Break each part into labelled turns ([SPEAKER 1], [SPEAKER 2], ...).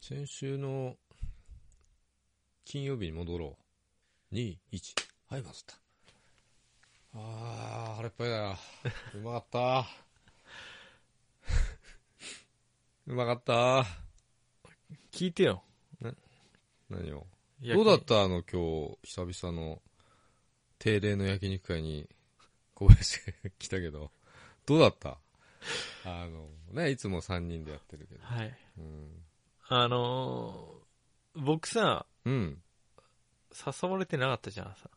[SPEAKER 1] 先週の金曜日に戻ろう。2、1。はい、戻った。あー、腹いっぱいだ よ。うまかった。うまかった。
[SPEAKER 2] 聞いてよ。
[SPEAKER 1] 何を。
[SPEAKER 2] 焼
[SPEAKER 1] どう
[SPEAKER 2] き
[SPEAKER 1] だったあの、今日、久々の定例の焼肉会に小林が来たけど、どうだ ったあの、ね、いつも3人でやってるけど。
[SPEAKER 2] はい。
[SPEAKER 1] うん。
[SPEAKER 2] あのー、僕さ、
[SPEAKER 1] うん。
[SPEAKER 2] 誘われてなかったじゃん、さ。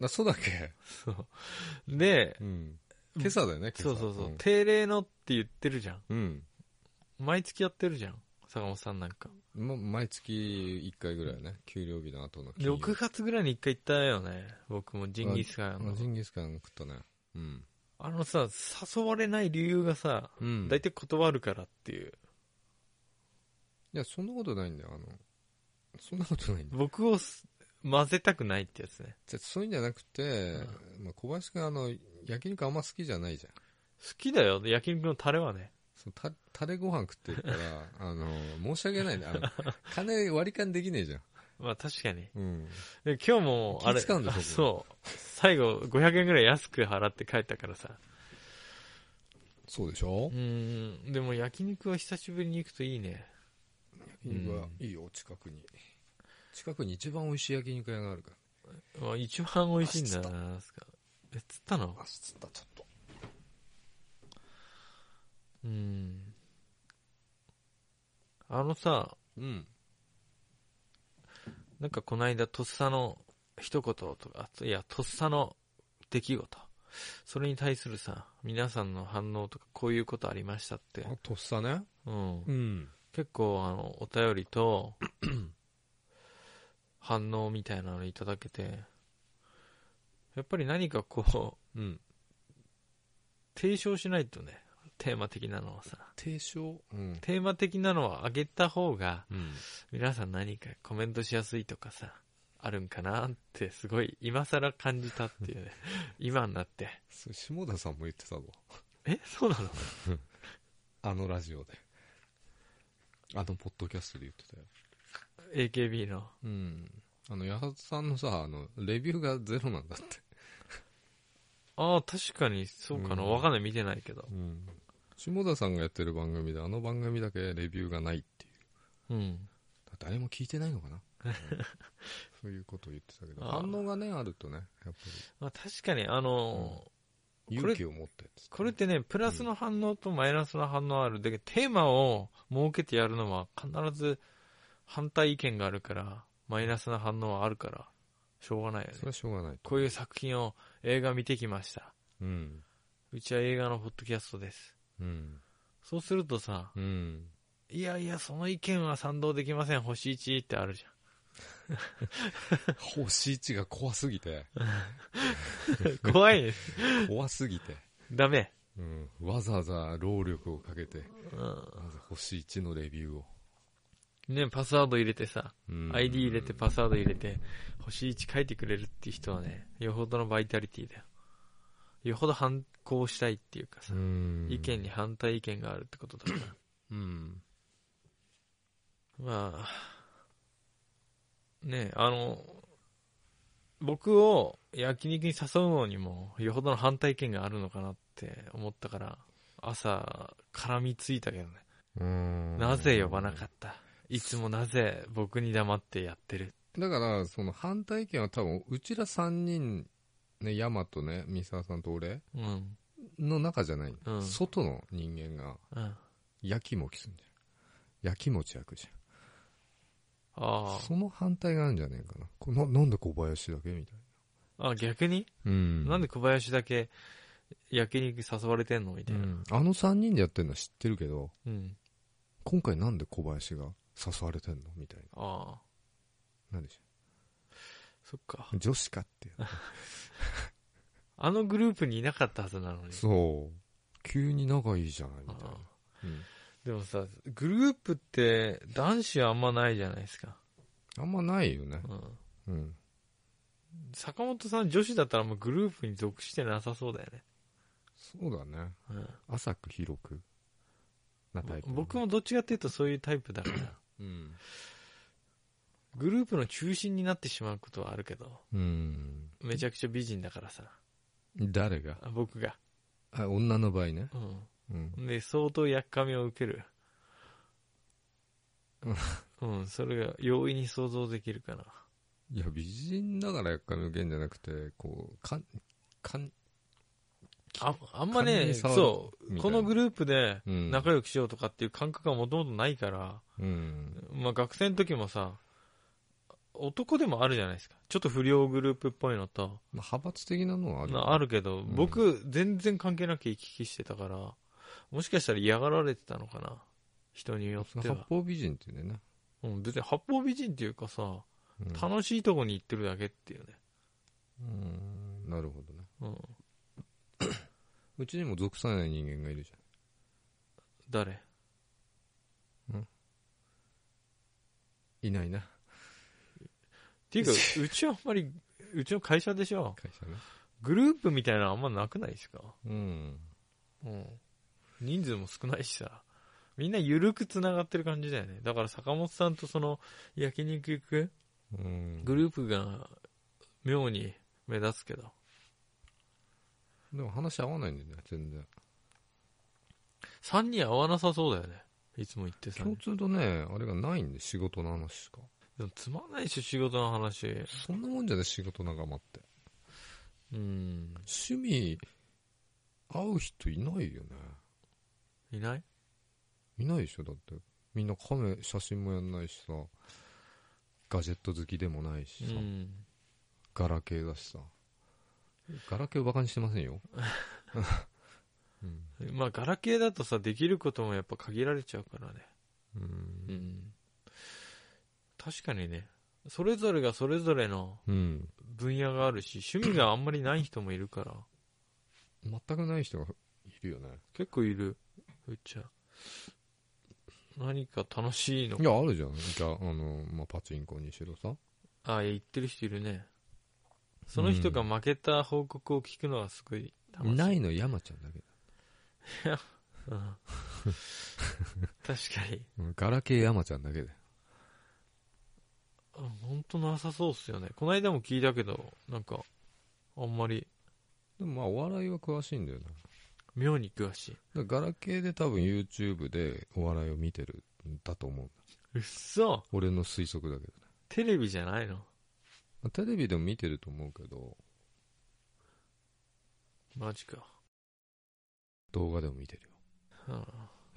[SPEAKER 1] あそうだっけ
[SPEAKER 2] そう。で、
[SPEAKER 1] うん。今朝だよね、今
[SPEAKER 2] そう
[SPEAKER 1] 朝。
[SPEAKER 2] そうそう、定例のって言ってるじゃん。
[SPEAKER 1] うん。うん
[SPEAKER 2] 毎月やってるじゃん、坂本さんなんか。
[SPEAKER 1] ま、毎月1回ぐらいね、給料日の後の金曜
[SPEAKER 2] 6月ぐらいに一回行ったよね、僕もジンギスカン
[SPEAKER 1] あ
[SPEAKER 2] の。
[SPEAKER 1] ジンギスカン食ったね。うん。
[SPEAKER 2] あのさ、誘われない理由がさ、
[SPEAKER 1] うん。
[SPEAKER 2] 大体断るからっていう。
[SPEAKER 1] いや、そんなことないんだよ。あの、そんなことないんだよ。
[SPEAKER 2] 僕をす混ぜたくないってやつね。
[SPEAKER 1] じゃそういうんじゃなくて、まあ、小林君、あの、焼肉あんま好きじゃないじゃん。
[SPEAKER 2] 好きだよ、焼肉のタレはね。
[SPEAKER 1] そのたタレご飯食ってる から、あの、申し訳ないね。あの、金割り勘できねえじゃん。
[SPEAKER 2] まあ確かに。
[SPEAKER 1] うん。
[SPEAKER 2] で今日も、あれ、
[SPEAKER 1] 気使うんでしょ
[SPEAKER 2] あ
[SPEAKER 1] 僕
[SPEAKER 2] そう。最後、500円ぐらい安く払って帰ったからさ。
[SPEAKER 1] そうでしょ
[SPEAKER 2] うん。でも焼肉は久しぶりに行くといいね。
[SPEAKER 1] 焼肉はいいよ、近くに。近くに一番美味しい焼肉屋があるから。
[SPEAKER 2] まあ、一番美味しいんだよな、つか。え、釣ったの
[SPEAKER 1] あ、つった、ちょっと。
[SPEAKER 2] うん。あのさ、
[SPEAKER 1] うん。
[SPEAKER 2] なんかこの間、とっさの一言とか、いや、とっさの出来事。それに対するさ、皆さんの反応とか、こういうことありましたって。
[SPEAKER 1] あ、とっさね。
[SPEAKER 2] うん。
[SPEAKER 1] うん。
[SPEAKER 2] 結構あのお便りと反応みたいなのいただけてやっぱり何かこう
[SPEAKER 1] うん。
[SPEAKER 2] 提唱しないとねテーマ的なのはさ
[SPEAKER 1] 提唱うん。
[SPEAKER 2] テーマ的なのは上げた方が
[SPEAKER 1] うん。
[SPEAKER 2] 皆さん何かコメントしやすいとかさあるんかなってすごい今更感じたっていうね 今になって
[SPEAKER 1] それ下田さんも言ってたぞ。
[SPEAKER 2] えそうなの
[SPEAKER 1] あのラジオで。あのポッドキャストで言ってたよ。
[SPEAKER 2] AKB の
[SPEAKER 1] うん。あの、八幡さんのさ、あの、レビューがゼロなんだって。
[SPEAKER 2] ああ確かにそうかな
[SPEAKER 1] うん
[SPEAKER 2] わかんない見てないけど
[SPEAKER 1] うん。下田さんがやってる番組で、あの番組だけレビューがないっていう。
[SPEAKER 2] うん
[SPEAKER 1] だ誰も聞いてないの かな、うんそういうことを言ってたけど、
[SPEAKER 2] あー
[SPEAKER 1] 反応がね、あるとね、やっぱ
[SPEAKER 2] まあ確かにあのー
[SPEAKER 1] り
[SPEAKER 2] これ
[SPEAKER 1] 勇気を持ってっつって
[SPEAKER 2] これってね、プラスの反応とマイナスの反応ある。で、テーマを設けてやるのは必ず反対意見があるから、マイナスな反応はあるから、しょうがないよ
[SPEAKER 1] それ
[SPEAKER 2] ね。
[SPEAKER 1] はしょうがないと。
[SPEAKER 2] こういう作品を映画見てきました。
[SPEAKER 1] うん。
[SPEAKER 2] うちは映画のポッドキャストです。
[SPEAKER 1] うん。
[SPEAKER 2] そうするとさ、
[SPEAKER 1] うん。
[SPEAKER 2] いやいや、その意見は賛同できません。星1ってあるじ
[SPEAKER 1] 星1が怖すぎて、
[SPEAKER 2] ゃん。怖いね。
[SPEAKER 1] 怖すぎて。
[SPEAKER 2] ダメ。
[SPEAKER 1] うん、わざわざ労力をかけて、
[SPEAKER 2] う
[SPEAKER 1] まず星1のレビューを。
[SPEAKER 2] ん。ね、パスワード入れてさ、
[SPEAKER 1] うん
[SPEAKER 2] ID 入れてパスワード入れて、星1書いてくれるっていう人はね、よほどのバイタリティだよ。よほど反抗したいっていうかさ
[SPEAKER 1] う、ん
[SPEAKER 2] 意見に反対意見があるってこ とだから。
[SPEAKER 1] うん。
[SPEAKER 2] まあ、ねあの、僕を焼肉に誘うのにも、よほどの反対意見があるのかなって思ったから、朝、絡みついたけどね。
[SPEAKER 1] うん
[SPEAKER 2] なぜ呼ばなかったいつもなぜ僕に黙ってやってる
[SPEAKER 1] だから、その反対意見は多分、うちら3人、ね、ヤマとね、三沢さんと俺
[SPEAKER 2] うん。
[SPEAKER 1] の中じゃない、
[SPEAKER 2] うん
[SPEAKER 1] 外の人間が、
[SPEAKER 2] うん。あ
[SPEAKER 1] やきもきすんじゃん。やきもち焼くじゃん。
[SPEAKER 2] あ。
[SPEAKER 1] その反対があるんじゃねえかな。このなんで小林だけみたい
[SPEAKER 2] あ、逆に、
[SPEAKER 1] な。うん。
[SPEAKER 2] なんで小林だけ焼肉誘われてんのみた
[SPEAKER 1] う
[SPEAKER 2] いな。
[SPEAKER 1] ん、あの3人でやってるのは知ってるけど、
[SPEAKER 2] うん。
[SPEAKER 1] 今回なんで小林が誘われてんのみたい
[SPEAKER 2] ああ、
[SPEAKER 1] な。なんでしょ
[SPEAKER 2] そっか。
[SPEAKER 1] う。女子かっていう。
[SPEAKER 2] あのグループにいなかったはずなのに。
[SPEAKER 1] そう。急に仲いいじゃないみ
[SPEAKER 2] あ
[SPEAKER 1] たいな
[SPEAKER 2] あ。
[SPEAKER 1] うん。
[SPEAKER 2] でもさ、グループって男子はあんまないじゃないですか。
[SPEAKER 1] あんまないよね。
[SPEAKER 2] うん。
[SPEAKER 1] うん。
[SPEAKER 2] 坂本さん女子だったらもうグループに属してなさそうだよね。
[SPEAKER 1] そうだね。
[SPEAKER 2] うん。
[SPEAKER 1] 浅く広くなタイプ。
[SPEAKER 2] 僕もどっちかっていうとそういうタイプだから。
[SPEAKER 1] うん。
[SPEAKER 2] グループの中心になってしまうことはあるけど、
[SPEAKER 1] うん。
[SPEAKER 2] めちゃくちゃ美人だからさ、
[SPEAKER 1] 誰が
[SPEAKER 2] あ僕が。
[SPEAKER 1] あ、女の場合ね。
[SPEAKER 2] う
[SPEAKER 1] うん。
[SPEAKER 2] ん。で、相当やっかみを受ける。うん、それが容易に想像できるかな。
[SPEAKER 1] いや、美人だからやっかみ受けんじゃなくて、こう、かん、かん、
[SPEAKER 2] ああんま
[SPEAKER 1] 完全
[SPEAKER 2] ね、
[SPEAKER 1] に触る
[SPEAKER 2] そ、
[SPEAKER 1] みたいうな
[SPEAKER 2] このグループで
[SPEAKER 1] うん
[SPEAKER 2] 仲良くしようとかっていう感覚がもともとないから、
[SPEAKER 1] うん。
[SPEAKER 2] まあ学生の時もさ、男でもあるじゃないですか。ちょっと不良グループっぽいのと、
[SPEAKER 1] まあ、派閥的なのはある。
[SPEAKER 2] なあるけど、
[SPEAKER 1] ん
[SPEAKER 2] 僕、全然関係なく行き来してたから、もしかしたら嫌がられてたのかな。人によって
[SPEAKER 1] 八
[SPEAKER 2] は。
[SPEAKER 1] 方美人っていうんだよね。
[SPEAKER 2] うん、別に八方美人っていうかさ、
[SPEAKER 1] うん
[SPEAKER 2] 楽しいとこに行ってるだけっていうね。
[SPEAKER 1] うん。なるほどね。
[SPEAKER 2] うん。
[SPEAKER 1] うちにも属さない人間がいるじ
[SPEAKER 2] 誰
[SPEAKER 1] ゃん。いないな、
[SPEAKER 2] って いうか、うちはあんまり、うちの会社でしょ。
[SPEAKER 1] 会社ね。
[SPEAKER 2] グループみたいなのあんまなくないですか
[SPEAKER 1] うん。
[SPEAKER 2] うん。人数も少ないしさ。みんな緩く繋がってる感じだよね。だから坂本さんとその焼肉行く
[SPEAKER 1] うん。
[SPEAKER 2] グループが妙に目立つけど。
[SPEAKER 1] でも話合わないんだよね、全然。
[SPEAKER 2] 3人合わなさそうだよね。いつも言ってさ。
[SPEAKER 1] 共通とね、あれがないんで、仕事の話しか。
[SPEAKER 2] でもつまんないし、仕事の話。
[SPEAKER 1] そんなもんじゃない、仕事仲間って。
[SPEAKER 2] うん。
[SPEAKER 1] 趣味、合う人いないよね。
[SPEAKER 2] いない
[SPEAKER 1] いないでしょ、だって。みんなカメ、写真もやんないしさ、ガジェット好きでもないし
[SPEAKER 2] う
[SPEAKER 1] さ、
[SPEAKER 2] ん。
[SPEAKER 1] ガラケーだしさ。ガラケーをバカにしてませんよ。うん
[SPEAKER 2] まあ、ガラケーだとさ、できることもやっぱ限られちゃうからね。
[SPEAKER 1] うん
[SPEAKER 2] うん。確かにね。それぞれがそれぞれの
[SPEAKER 1] うん。
[SPEAKER 2] 分野があるし、趣味があんまりない人もいるから。
[SPEAKER 1] 全くない人がいるよね。
[SPEAKER 2] 結構いるうっちゃ何か楽しいの
[SPEAKER 1] いや、あるじゃん。じゃあ、あの、まあ、パチンコにしろさ。
[SPEAKER 2] ああ言ってる人いるねその人が負けた報告を聞くのはすごい楽しい、
[SPEAKER 1] ないの山ちゃんだけ
[SPEAKER 2] うん 確かに
[SPEAKER 1] うんガラケー山ちゃんだけで。
[SPEAKER 2] うん本当なさそうっすよねこの間も聞いたけどなんかあんまり
[SPEAKER 1] でもまあお笑いは詳しいんだよな。
[SPEAKER 2] 妙に詳しい
[SPEAKER 1] だからガラケーで多分 YouTube でお笑いを見てるんだと思う。
[SPEAKER 2] うっそ
[SPEAKER 1] 俺の推測だけどね
[SPEAKER 2] テレビじゃないの
[SPEAKER 1] まあ。テレビでも見てると思うけど、
[SPEAKER 2] マジか、
[SPEAKER 1] 動画でも見てるよ。
[SPEAKER 2] う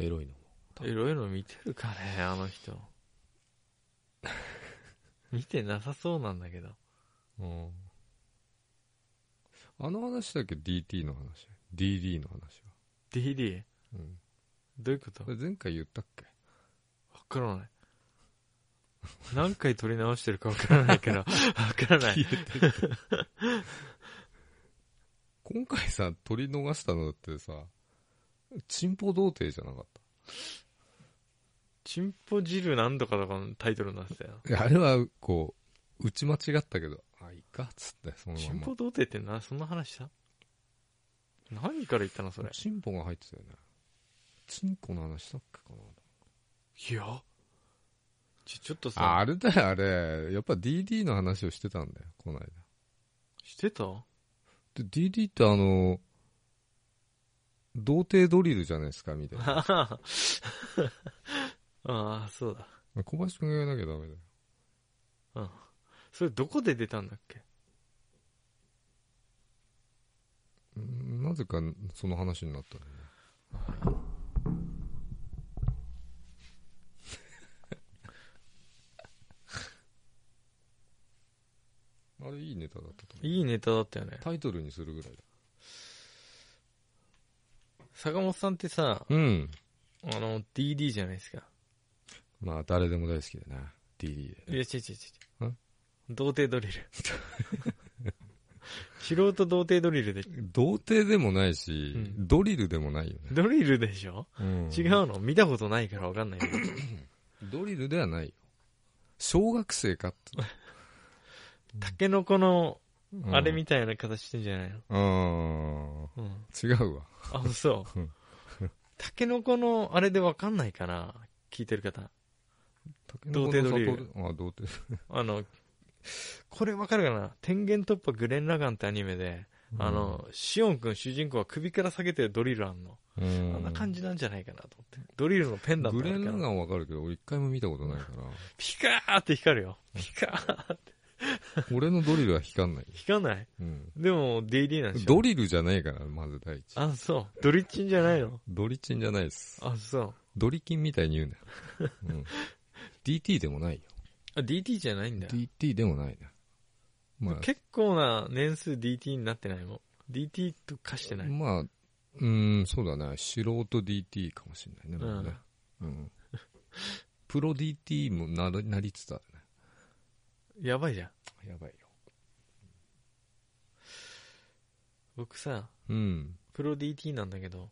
[SPEAKER 2] ん、
[SPEAKER 1] エロいのも。
[SPEAKER 2] いろいろ見てるか ねあの人見てなさそうなんだけど
[SPEAKER 1] あの話だっけ DT の話。DD の話は。
[SPEAKER 2] DD
[SPEAKER 1] うん。
[SPEAKER 2] どういうこと
[SPEAKER 1] これ前回言ったっ け
[SPEAKER 2] わからない。何回撮り直してるかわからな いから、わからない。
[SPEAKER 1] 今回さ、取り逃したのだってさ、チンポ童貞じゃなかっ
[SPEAKER 2] チンポ汁なんとかとかのタイトルになってたよ。
[SPEAKER 1] た。いやあれは、こう、打ち間違ったけど、あ、いいかっつって、その
[SPEAKER 2] チ
[SPEAKER 1] ま
[SPEAKER 2] ン
[SPEAKER 1] んま
[SPEAKER 2] ポ。童貞ってな、そんな話した何から言ったのそれ。
[SPEAKER 1] チンポが入ってたよね。チンコの話したっけかない
[SPEAKER 2] や。ちょ、ちょっと
[SPEAKER 1] あ、
[SPEAKER 2] さ、
[SPEAKER 1] あれだよ、あれ。やっぱ DD の話をしてたんだよ、この間。
[SPEAKER 2] してた
[SPEAKER 1] で、DD ってあの、童貞ドリルじゃないですか、みたいな。
[SPEAKER 2] あ あ、そうだ。
[SPEAKER 1] 小林くんが言わなきゃダメだよ。
[SPEAKER 2] それどこで出たんだっけ
[SPEAKER 1] うんなぜか、その話になったんだよね。 あれ、いいネタだったと思う。
[SPEAKER 2] いいネタだったよね。
[SPEAKER 1] タイトルにするぐらいだ。
[SPEAKER 2] 坂本さんってさ、
[SPEAKER 1] うん。
[SPEAKER 2] あの、DD じゃないですか。
[SPEAKER 1] まあ、誰でも大好きだな。DD で。
[SPEAKER 2] いや、違う違う違
[SPEAKER 1] ん
[SPEAKER 2] う。童貞ドリル。 素人童貞ドリルで、
[SPEAKER 1] 童貞でもないし、
[SPEAKER 2] うん
[SPEAKER 1] ドリルでもないよね。
[SPEAKER 2] ドリルでしょ、違
[SPEAKER 1] う
[SPEAKER 2] うの見たことないからわかんないけど。
[SPEAKER 1] ん。ドリルではないよ。小学生かって。
[SPEAKER 2] タケノコの、
[SPEAKER 1] うん
[SPEAKER 2] あれみたいな形してんじゃないの、
[SPEAKER 1] うん。
[SPEAKER 2] うん、
[SPEAKER 1] 違うわ。
[SPEAKER 2] あ、そう
[SPEAKER 1] うん。
[SPEAKER 2] タケノコの、あれでわかんないかな聞いてる方。童貞ドリル
[SPEAKER 1] あ童貞
[SPEAKER 2] あの、これわかるかな天元突破グレン・ラガンってアニメで、あの、シオン君主人公は首から下げてるドリルあんの。
[SPEAKER 1] うん
[SPEAKER 2] あんな感じなんじゃないかなと思って。ドリルのペンダント
[SPEAKER 1] グ
[SPEAKER 2] あ
[SPEAKER 1] レ
[SPEAKER 2] る
[SPEAKER 1] ン・
[SPEAKER 2] か
[SPEAKER 1] ラ
[SPEAKER 2] ら
[SPEAKER 1] ガンわかるけど俺一回も見たことないから
[SPEAKER 2] ピカーって光るよ。ピカーって。
[SPEAKER 1] 俺のドリルは光んない、
[SPEAKER 2] 光らない
[SPEAKER 1] うん、
[SPEAKER 2] でも DD なんでしょ
[SPEAKER 1] ドリルじゃないからまず第一
[SPEAKER 2] あ、そう。ドリッチンじゃないの
[SPEAKER 1] ドリチンじゃないです
[SPEAKER 2] あ、そう。
[SPEAKER 1] ドリキンみたいに言うな、うん、DT でもないよ
[SPEAKER 2] あ、DT じゃないんだ。
[SPEAKER 1] DT でもないなまあ
[SPEAKER 2] 結構な年数 DT になってないもん。DT と化してない。
[SPEAKER 1] まあ、うーん、そうだね。素人 DT かもしれないね。もうねうん、プロ DT もなりなりつつある
[SPEAKER 2] やばいじゃん。
[SPEAKER 1] ね。やばいよ。
[SPEAKER 2] 僕さ、
[SPEAKER 1] うん。
[SPEAKER 2] プロ DT なんだけど。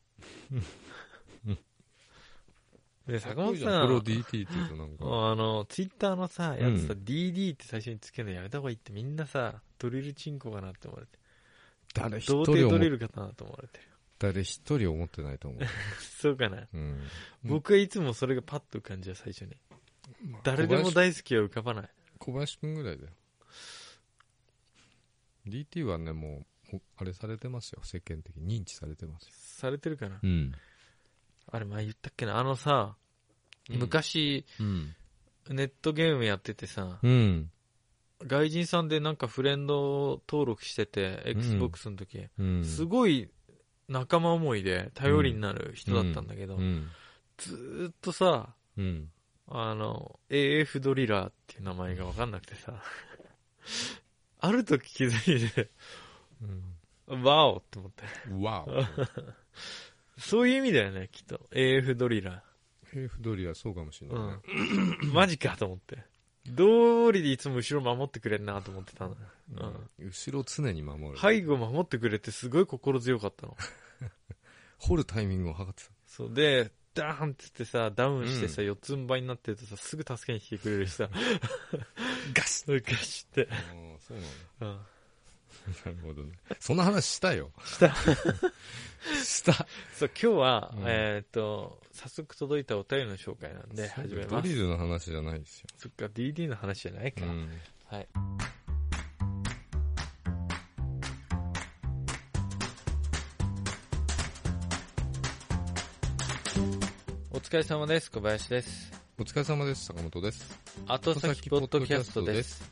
[SPEAKER 2] で、坂
[SPEAKER 1] かっこ
[SPEAKER 2] 本
[SPEAKER 1] いいじゃ
[SPEAKER 2] さ
[SPEAKER 1] んプロ
[SPEAKER 2] ん、
[SPEAKER 1] DT って言うとなんか、
[SPEAKER 2] あの、ツイッターのさ、やつさ、
[SPEAKER 1] う
[SPEAKER 2] DD って最初につけるのやめた方がいいってみんなさ、ドリルチンコかなって思われて。
[SPEAKER 1] 誰
[SPEAKER 2] 童
[SPEAKER 1] 一人
[SPEAKER 2] 貞ド
[SPEAKER 1] 思
[SPEAKER 2] リ
[SPEAKER 1] っ
[SPEAKER 2] ルかなと思われてる。
[SPEAKER 1] 誰一人思ってないと思
[SPEAKER 2] そうかな。
[SPEAKER 1] う。うん。
[SPEAKER 2] 僕はいつもそれがパッと浮かんじゃう、最初に。 誰でも
[SPEAKER 1] 小林
[SPEAKER 2] 大好きは浮かばない。
[SPEAKER 1] 小林くんぐらいだよ。DT はね、もう、ほあれされてますよ。世間的に認知されてますよ。
[SPEAKER 2] されてるかな。
[SPEAKER 1] うん。
[SPEAKER 2] あれ、前言ったっけな。あのさ、昔、
[SPEAKER 1] うん。
[SPEAKER 2] ネットゲームやっててさ、
[SPEAKER 1] うん。
[SPEAKER 2] 外人さんでなんかフレンド登録してて、
[SPEAKER 1] うん
[SPEAKER 2] Xbox の時、
[SPEAKER 1] うん。
[SPEAKER 2] すごい仲間思いで頼りになる人だったんだけど、
[SPEAKER 1] うん。
[SPEAKER 2] ずーっとさ、
[SPEAKER 1] うん。
[SPEAKER 2] あの、AF ドリラーっていう名前がわかんなく てさ、ある時気づいて、 ワオって思って。
[SPEAKER 1] うん。わお。
[SPEAKER 2] そういう意味だよね、きっと。AF ドリラ
[SPEAKER 1] ヘイフドリはそうかもしれ
[SPEAKER 2] ー。
[SPEAKER 1] ない、ね
[SPEAKER 2] うん。 マジかと思って。道理でいつも後ろ守ってくれんなと思ってたの。
[SPEAKER 1] うん後ろを常に守る、
[SPEAKER 2] 背後守ってくれてすごい心強かったの。
[SPEAKER 1] 掘るタイミングを測ってた
[SPEAKER 2] そうで、ダーンって言ってさ、ダウンしてさ、四つん這いになってるとさ、すぐ助けに来てくれるしさ、
[SPEAKER 1] ガシ
[SPEAKER 2] そういう感じって。
[SPEAKER 1] ッそうなんだ
[SPEAKER 2] うん。
[SPEAKER 1] なるほどねそんな話したよしたした
[SPEAKER 2] そう、今日は、
[SPEAKER 1] うん
[SPEAKER 2] えーっと、早速届いたお便りの紹介なんで、始め
[SPEAKER 1] ド
[SPEAKER 2] ます
[SPEAKER 1] リ。ルの話じゃないですよ、
[SPEAKER 2] そっか、DD の話じゃないか。
[SPEAKER 1] うん
[SPEAKER 2] はい。お疲れ様です。小林です。
[SPEAKER 1] お疲れ様です坂本です
[SPEAKER 2] 後先ポッドキャストです。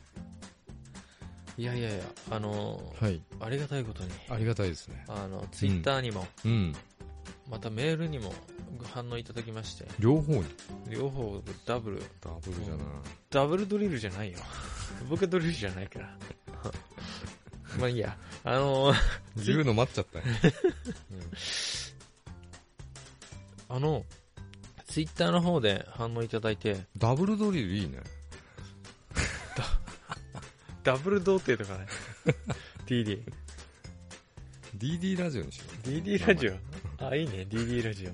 [SPEAKER 2] いやいやいや、あのー
[SPEAKER 1] はい
[SPEAKER 2] ありがたいことに、
[SPEAKER 1] ありがたいですね
[SPEAKER 2] あの、ツイッターにも、
[SPEAKER 1] うん
[SPEAKER 2] またメールにもご反応いただきまして、
[SPEAKER 1] 両方に
[SPEAKER 2] 両方ダブル、
[SPEAKER 1] ダブルじゃな、
[SPEAKER 2] ダブルドリルじゃないよ。 僕はドリルじゃないから。 まあいいや、あのー
[SPEAKER 1] 自分の待っちゃったね、
[SPEAKER 2] あの、ツイッターの方で反応いただいて、
[SPEAKER 1] ダブルドリルいいね
[SPEAKER 2] ダブル童貞と かね。DD。
[SPEAKER 1] DD ラジオにしよ
[SPEAKER 2] DD ラジオ。あ、いいね、DD ラジ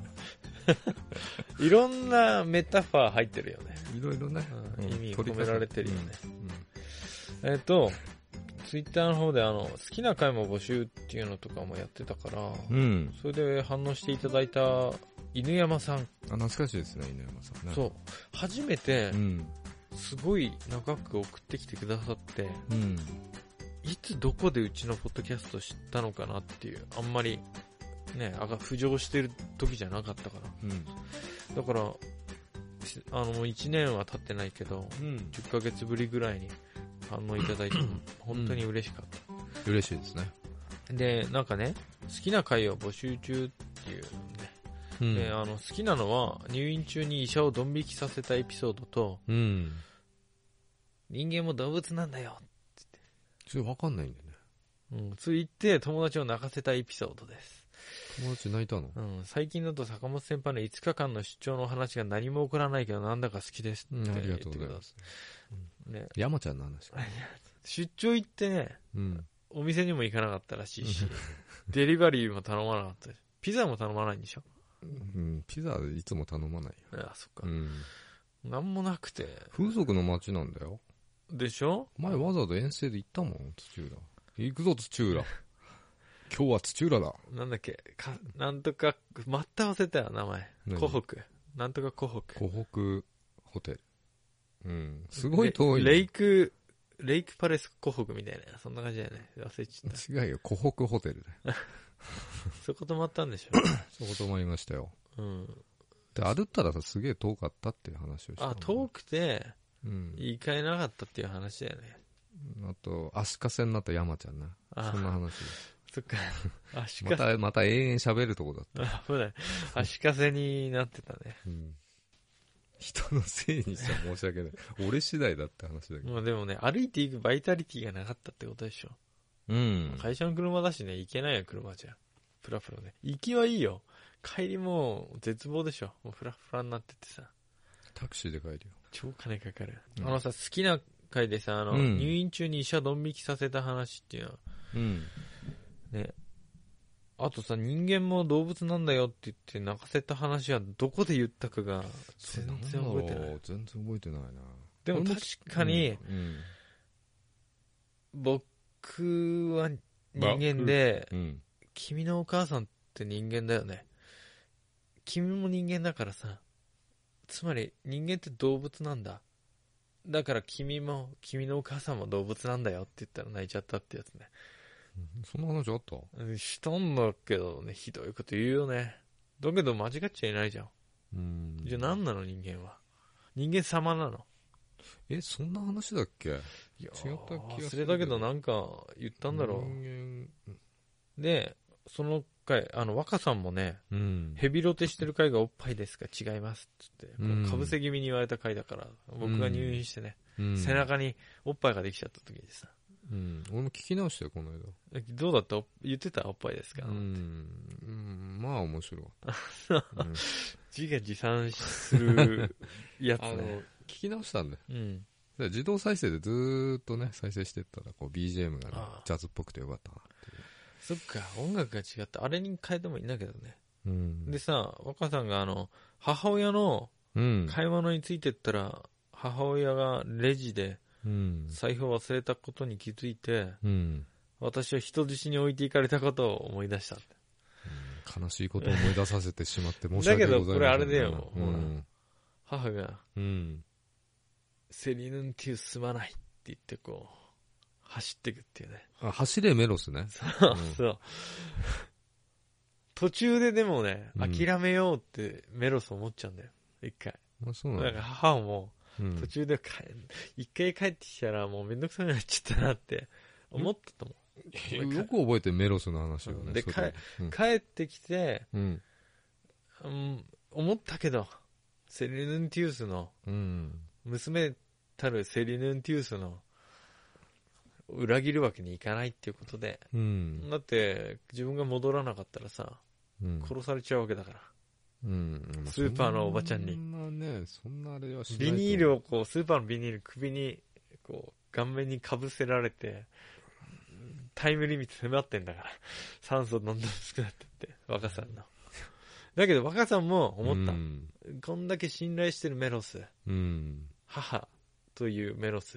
[SPEAKER 2] オ。 いろんなメタファー入ってるよね。
[SPEAKER 1] ういろいろね、
[SPEAKER 2] うん
[SPEAKER 1] うん
[SPEAKER 2] 意味込められてるよね。
[SPEAKER 1] うん
[SPEAKER 2] えっ、と、ツイッターの方であの、好きな回も募集っていうのとかもやってたから、
[SPEAKER 1] うん、うん
[SPEAKER 2] それで反応していただいた犬山さん。
[SPEAKER 1] あ懐かしいですね犬山さんね
[SPEAKER 2] そう。初めて
[SPEAKER 1] う、ん
[SPEAKER 2] すごい長く送ってきてくださって、
[SPEAKER 1] うん
[SPEAKER 2] いつどこでうちのポッドキャスト知ったのかなっていう、あんまり、ね、あが浮上してる時じゃなかったから。
[SPEAKER 1] うん
[SPEAKER 2] だから、しあの、もう1年は経ってないけど、
[SPEAKER 1] うん
[SPEAKER 2] 10ヶ月ぶりぐらいに反応いただいて、本当に嬉しかっ
[SPEAKER 1] 嬉しいですね。
[SPEAKER 2] た。で、なんかね、好きな回を募集中っていう、
[SPEAKER 1] う
[SPEAKER 2] ねで、あの、好きなのは、入院中に医者をドン引きさせたエピソードと、
[SPEAKER 1] うん。
[SPEAKER 2] 人間も動物なんだよ。
[SPEAKER 1] それわかんないんだよね。
[SPEAKER 2] うん、ついて友達を泣かせたエピソードです。
[SPEAKER 1] 友達泣いたの
[SPEAKER 2] うん、最近だと坂本先輩の5日間の出張の話が何も起こらないけどなんだか好きですって言って
[SPEAKER 1] ありがとうございます。
[SPEAKER 2] くださいね、
[SPEAKER 1] 山ちゃんの話。
[SPEAKER 2] 出張行ってね、
[SPEAKER 1] うん。
[SPEAKER 2] お店にも行かなかったらしいし、デリバリーも頼まなかったし、ピザも頼まないんでしょ
[SPEAKER 1] うん、ピザいつも頼まないよ。
[SPEAKER 2] あ、そっ
[SPEAKER 1] う。
[SPEAKER 2] か
[SPEAKER 1] ん。
[SPEAKER 2] なんもなくて。
[SPEAKER 1] 風俗の街なんだよ。
[SPEAKER 2] でしょ
[SPEAKER 1] 前わざわざ遠征で行ったもん、土浦。行くぞ、土浦。 今日は土浦だ。
[SPEAKER 2] なんだっけか、なんとか、また忘れたよ、名前。
[SPEAKER 1] 何
[SPEAKER 2] 湖北。なんとか湖北。
[SPEAKER 1] 湖北ホテル。うん。すごい遠い
[SPEAKER 2] レレ
[SPEAKER 1] ね、
[SPEAKER 2] イク、レイクパレス湖北みたいな、そんな感じだよね。忘れち ゃっ
[SPEAKER 1] 違うよ、湖北ホテルだよ。
[SPEAKER 2] た。そこ泊まったんでし
[SPEAKER 1] そこ泊まりましたよ。
[SPEAKER 2] ょ。うん。
[SPEAKER 1] で、歩ったらさ、すげえ遠かったっていう話をした、
[SPEAKER 2] あ、遠くて、
[SPEAKER 1] うん。
[SPEAKER 2] 行かえなかったっていう話だよね。
[SPEAKER 1] あと、足かせになった山ちゃんな。
[SPEAKER 2] あ
[SPEAKER 1] そんな話。
[SPEAKER 2] そ っか。足
[SPEAKER 1] ま
[SPEAKER 2] か
[SPEAKER 1] た、また永遠喋るとこだった。
[SPEAKER 2] あ 危ない。足かせになってたね。
[SPEAKER 1] うん。人のせいにしちゃ申し訳ない。俺次第だって話だけど。
[SPEAKER 2] まあでもね、歩いていくバイタリティがなかったってことでしょ。
[SPEAKER 1] うん。
[SPEAKER 2] 会社の車だしね、行けないよ、車じゃ。プラプラね。行きはいいよ。帰りもう絶望でしょ。もうフラフラになっててさ。
[SPEAKER 1] タクシーで帰るよ。
[SPEAKER 2] 超金かかる。
[SPEAKER 1] うん
[SPEAKER 2] あのさ、好きな回でさ、あの、
[SPEAKER 1] うん
[SPEAKER 2] 入院中に医者ドン引きさせた話っていうのは、
[SPEAKER 1] うん。
[SPEAKER 2] ね。あとさ、人間も動物なんだよって言って泣かせた話はどこで言ったかが全然覚えてない。。
[SPEAKER 1] 全然覚えてないな。
[SPEAKER 2] でも
[SPEAKER 1] 俺も
[SPEAKER 2] 確かに、
[SPEAKER 1] うん。
[SPEAKER 2] 僕は人間で、
[SPEAKER 1] うん。
[SPEAKER 2] 君のお母さんって人間だよね。君も人間だからさ。つまり人間って動物なんだ。だから君も、君のお母さんも動物なんだよって言ったら泣いちゃったってやつね。
[SPEAKER 1] そんな話あった
[SPEAKER 2] うんしたんだけどね、ひどいこと言うよね。だけど間違っちゃいないじゃん。
[SPEAKER 1] うん
[SPEAKER 2] じゃあ何なの人間は。人間様なの。
[SPEAKER 1] え、そんな話だっけ
[SPEAKER 2] いや
[SPEAKER 1] 違った気がす
[SPEAKER 2] 忘
[SPEAKER 1] る
[SPEAKER 2] れたけどなんか言ったんだろ
[SPEAKER 1] 人
[SPEAKER 2] う。で、その回、あの若さんもね、
[SPEAKER 1] 間。うん。
[SPEAKER 2] ヘビロテしてる回がおっぱいですか違いますっつって、こ
[SPEAKER 1] うん
[SPEAKER 2] うかぶせ気味に言われた回だから、僕が入院してね、
[SPEAKER 1] うん
[SPEAKER 2] 背。中におっぱいができちゃった時にさ、
[SPEAKER 1] うん。俺も聞き直したよ、この間。
[SPEAKER 2] えどうだったお言ってたおっぱいですか、
[SPEAKER 1] うん。うんまあ面 白い。うん
[SPEAKER 2] 自画自賛す るやつ
[SPEAKER 1] あの
[SPEAKER 2] ね。、
[SPEAKER 1] 聞き直したんだよ。
[SPEAKER 2] うん。
[SPEAKER 1] で自動再生でずーっとね、再生してったら、こう BGM がね
[SPEAKER 2] ああ、
[SPEAKER 1] ジャズっぽくてよかったな。
[SPEAKER 2] そっか、音楽が違った。あれに変えてもいいんだけどね。
[SPEAKER 1] うん
[SPEAKER 2] でさ、若さんがあの、母親の
[SPEAKER 1] うん。
[SPEAKER 2] 買い物についてったら、母親がレジで
[SPEAKER 1] うん。
[SPEAKER 2] 財布を忘れたことに気づいて、
[SPEAKER 1] うん。
[SPEAKER 2] 私は人質に置いていかれたことを思い出したって。
[SPEAKER 1] 悲しいことを思い出させてしまって申し
[SPEAKER 2] だ
[SPEAKER 1] 訳
[SPEAKER 2] け
[SPEAKER 1] ござい
[SPEAKER 2] ど
[SPEAKER 1] ません。
[SPEAKER 2] これあれだよ
[SPEAKER 1] う
[SPEAKER 2] ほら
[SPEAKER 1] ん。
[SPEAKER 2] 母が、
[SPEAKER 1] うん。
[SPEAKER 2] セリヌンティウすまないって言ってこう、走ってくっていうね。
[SPEAKER 1] あ、走れメロスね。うん
[SPEAKER 2] そう。途中ででもね、
[SPEAKER 1] うん
[SPEAKER 2] 諦めようってメロス思っちゃうんだよ。一回。
[SPEAKER 1] あ、そうな
[SPEAKER 2] だ
[SPEAKER 1] ん
[SPEAKER 2] から
[SPEAKER 1] だ。
[SPEAKER 2] 母も
[SPEAKER 1] うん
[SPEAKER 2] 途中で帰、一回帰ってきたらもうめんどくさくなっちゃったなって思ったと思
[SPEAKER 1] よく覚えてメロスの話をね。
[SPEAKER 2] で
[SPEAKER 1] 外
[SPEAKER 2] う。帰ってきて、
[SPEAKER 1] うん。
[SPEAKER 2] うん、思ったけど、セリヌンティウスの、
[SPEAKER 1] うん。
[SPEAKER 2] 娘たるセリヌンティウスの、裏切るわけにいかないっていうことで、
[SPEAKER 1] うん。
[SPEAKER 2] だって自分が戻らなかったらさ
[SPEAKER 1] うん。
[SPEAKER 2] 殺されちゃうわけだから
[SPEAKER 1] うん
[SPEAKER 2] スーパーのおばちゃんに
[SPEAKER 1] そんなね、そんなあれはしないと
[SPEAKER 2] ビ
[SPEAKER 1] 思う
[SPEAKER 2] ニールをこうスーパーのビニール首にこう顔面にかぶせられてタイムリミット迫ってんだから酸素どんどん少なってって若さんのだけど若さんも思った、
[SPEAKER 1] うん
[SPEAKER 2] こんだけ信頼してるメロス
[SPEAKER 1] うん。
[SPEAKER 2] 母というメロス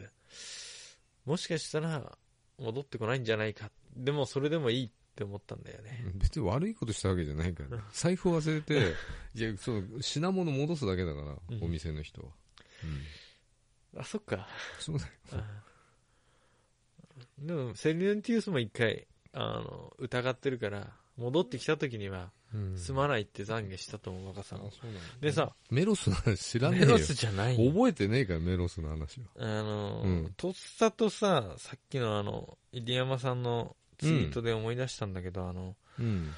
[SPEAKER 2] もしかしたら戻ってこないんじゃないかでもそれでもいいって思ったんだよね
[SPEAKER 1] 別に悪いことしたわけじゃないからね。財布忘れ て、いや、そう、品物戻すだけだから
[SPEAKER 2] う、ん
[SPEAKER 1] お店の人は。うん。
[SPEAKER 2] あそっか
[SPEAKER 1] そうだよ。
[SPEAKER 2] うんでも、セリヌンティウスも一回、あの、疑ってるから、戻ってきた時には、
[SPEAKER 1] うん
[SPEAKER 2] すまないって懺悔したと思う、若さ
[SPEAKER 1] あ、
[SPEAKER 2] んは。
[SPEAKER 1] そうなんだ
[SPEAKER 2] で、さ、
[SPEAKER 1] メロスの話知らねえ
[SPEAKER 2] メ
[SPEAKER 1] よ。
[SPEAKER 2] ロスじゃないの
[SPEAKER 1] 覚えてねえから、メロスの話は。
[SPEAKER 2] あの、
[SPEAKER 1] うん
[SPEAKER 2] とっさとさ、さっきのあの、入山さんのツイートで思い出したんだけど、あの、
[SPEAKER 1] うん。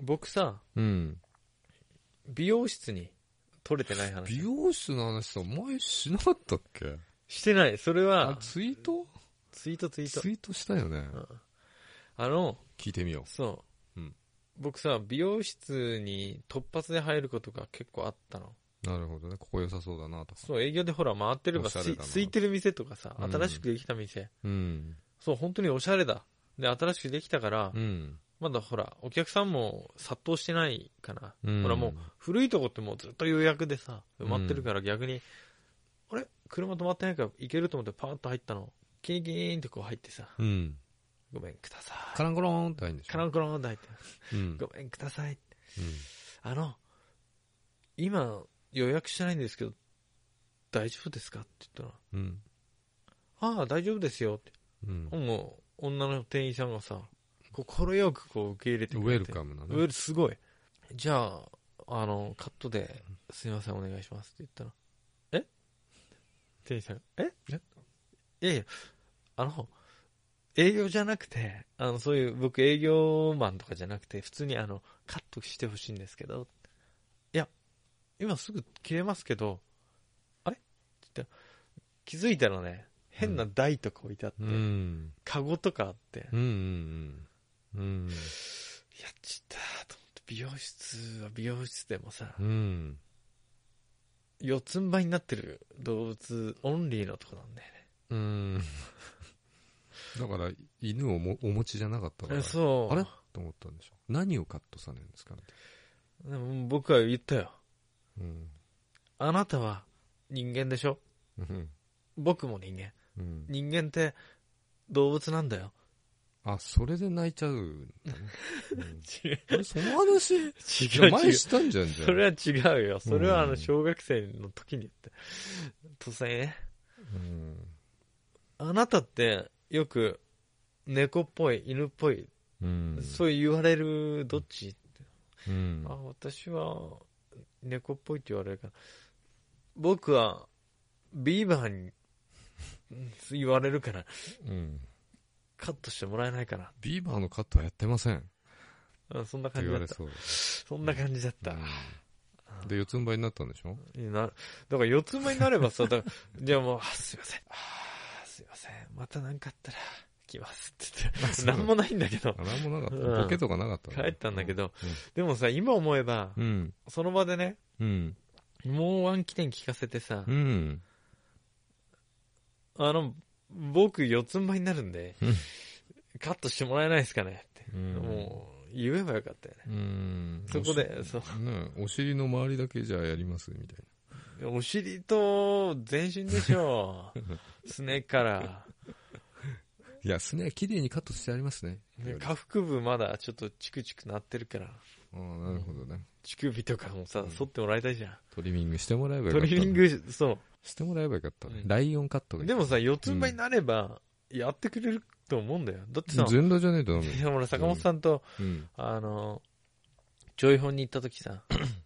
[SPEAKER 2] 僕さ、
[SPEAKER 1] うん。
[SPEAKER 2] 美容室に取れてない
[SPEAKER 1] 美
[SPEAKER 2] 話。
[SPEAKER 1] 容室の話さ、前しなかったっけ
[SPEAKER 2] してない。それ
[SPEAKER 1] あ
[SPEAKER 2] は、
[SPEAKER 1] ツイート
[SPEAKER 2] ツイートツイート
[SPEAKER 1] ツ。イートしたよね。
[SPEAKER 2] うんあの、
[SPEAKER 1] 聞いてみよ
[SPEAKER 2] そう、
[SPEAKER 1] うん
[SPEAKER 2] 僕さ美容室に突発で入ることが結構あったの
[SPEAKER 1] う。なるほどね。ここ良さそうだなとか。
[SPEAKER 2] そう営業でほら回ってれば
[SPEAKER 1] おしゃ
[SPEAKER 2] す
[SPEAKER 1] れ
[SPEAKER 2] い
[SPEAKER 1] だな
[SPEAKER 2] 空いてる店とかさ
[SPEAKER 1] うん
[SPEAKER 2] 新しくできた店、
[SPEAKER 1] うん。
[SPEAKER 2] そう本当におしゃれだで新しくできたから、
[SPEAKER 1] うん。
[SPEAKER 2] まだほらお客さんも殺到してないかな、
[SPEAKER 1] うん
[SPEAKER 2] ほらもう古いとこってもうずっと予約でさ埋まってるから逆に、あれ車止まってないから行けると思ってパーッと入ったのキンキーンってこう入ってさ
[SPEAKER 1] うん。
[SPEAKER 2] ごめんください
[SPEAKER 1] カランコローンって入るんでしょ
[SPEAKER 2] カランコロンって入って
[SPEAKER 1] うん。うん
[SPEAKER 2] ごめんくださいあの、今予約してないんですけど、大丈夫ですかって言っ
[SPEAKER 1] うん。
[SPEAKER 2] たら、ああ、大丈夫ですよって。
[SPEAKER 1] うん。
[SPEAKER 2] もう、女の店員さんがさ、心よくこう受け入れて
[SPEAKER 1] ウ
[SPEAKER 2] くれ
[SPEAKER 1] ェ
[SPEAKER 2] て。
[SPEAKER 1] ルカムな
[SPEAKER 2] ウェ
[SPEAKER 1] ね。
[SPEAKER 2] ルすごい。じゃあ、あの、カットで、すいません、お願いしますって言ったら、え店員さんが、え
[SPEAKER 1] え
[SPEAKER 2] いやいや、あの、営業じゃなくて、あの、そういう、僕営業マンとかじゃなくて、普通にあの、カットしてほしいんですけど、いや、今すぐ切れますけど、あれって言ったら気づいたらね、変な台とか置いてあって、
[SPEAKER 1] うん。
[SPEAKER 2] カゴとかあって、
[SPEAKER 1] うんうんうん。うん。
[SPEAKER 2] やっちったーと思って、美容室は美容室でもさ、
[SPEAKER 1] うん。
[SPEAKER 2] 四つん這いになってる動物オンリーのとこなんだよ
[SPEAKER 1] うん。だから、犬をもお持ちじゃなかったから、
[SPEAKER 2] ね。
[SPEAKER 1] と
[SPEAKER 2] そう。
[SPEAKER 1] あれ思ったんでしょ。何をカットされるんですかね。
[SPEAKER 2] でも僕は言ったよ。
[SPEAKER 1] うん。
[SPEAKER 2] あなたは人間でしょ
[SPEAKER 1] うん
[SPEAKER 2] 僕も人間。
[SPEAKER 1] うん。
[SPEAKER 2] 人間って動物なんだよ。
[SPEAKER 1] あ、それで泣いちゃうんだね。うん
[SPEAKER 2] 違う。
[SPEAKER 1] あれ、その話、い
[SPEAKER 2] 違
[SPEAKER 1] や
[SPEAKER 2] う
[SPEAKER 1] 前したんじゃん、じゃあ
[SPEAKER 2] それは違うよ。それはあ
[SPEAKER 1] う
[SPEAKER 2] の、
[SPEAKER 1] ん
[SPEAKER 2] 小学生の時に言って。とっさにね。
[SPEAKER 1] うん。
[SPEAKER 2] あなたってよく猫っぽい、犬っぽい、
[SPEAKER 1] うん。
[SPEAKER 2] そう言われるどっち
[SPEAKER 1] うん。
[SPEAKER 2] あ私は猫っぽいって言われるから僕はビーバーに うん言われるから
[SPEAKER 1] うん。
[SPEAKER 2] カットしてもらえないかな
[SPEAKER 1] ビーバーのカットはやってません。って
[SPEAKER 2] うんそんな感
[SPEAKER 1] 言わ
[SPEAKER 2] じだっ
[SPEAKER 1] れ
[SPEAKER 2] た
[SPEAKER 1] そう。
[SPEAKER 2] そんな感じだった、
[SPEAKER 1] うんで、四つん這いになったんでしょ
[SPEAKER 2] なだから四つん這いになればさだから じゃあもうあすいませんあーすいませんまた何かあったら来ますって 言って何もないんだけど
[SPEAKER 1] あなんもなかっ
[SPEAKER 2] うん
[SPEAKER 1] た。ボケとかなかった
[SPEAKER 2] 帰ったんだけ
[SPEAKER 1] ど。
[SPEAKER 2] ど、でもさ今思えば、
[SPEAKER 1] うん。
[SPEAKER 2] その場でね
[SPEAKER 1] うん。
[SPEAKER 2] もうワン起点聞かせてさ、
[SPEAKER 1] うん。
[SPEAKER 2] あの、僕四つん這いになるんで
[SPEAKER 1] うん、
[SPEAKER 2] カットしてもらえないですかねって。
[SPEAKER 1] うん
[SPEAKER 2] もう、言えばよかったよね。
[SPEAKER 1] うん。
[SPEAKER 2] そこで、そう
[SPEAKER 1] おし。ねお尻の周りだけじゃやりますみたい
[SPEAKER 2] お尻と全身でしょ う。すねから。
[SPEAKER 1] な。いや、すね、綺麗にカットしてありますね。
[SPEAKER 2] ね下腹部まだちょっとチクチクなってるから、
[SPEAKER 1] ああ、なるほどね。
[SPEAKER 2] 乳首とかもさ
[SPEAKER 1] うん、
[SPEAKER 2] 剃ってもらいたいじゃん。
[SPEAKER 1] トリミングしてもらえばよか
[SPEAKER 2] ト
[SPEAKER 1] った。
[SPEAKER 2] リミン。グ、そ
[SPEAKER 1] してもらえばよかったね。
[SPEAKER 2] うん
[SPEAKER 1] ライオンカットがい
[SPEAKER 2] う。
[SPEAKER 1] い
[SPEAKER 2] でもさ、四つん這いになれば、やってくれると思うんだよ。だってさ、
[SPEAKER 1] 全裸じゃねえとダメ
[SPEAKER 2] いや俺坂本さんと、
[SPEAKER 1] うん。
[SPEAKER 2] あの、ジョイホンに行った時 さ、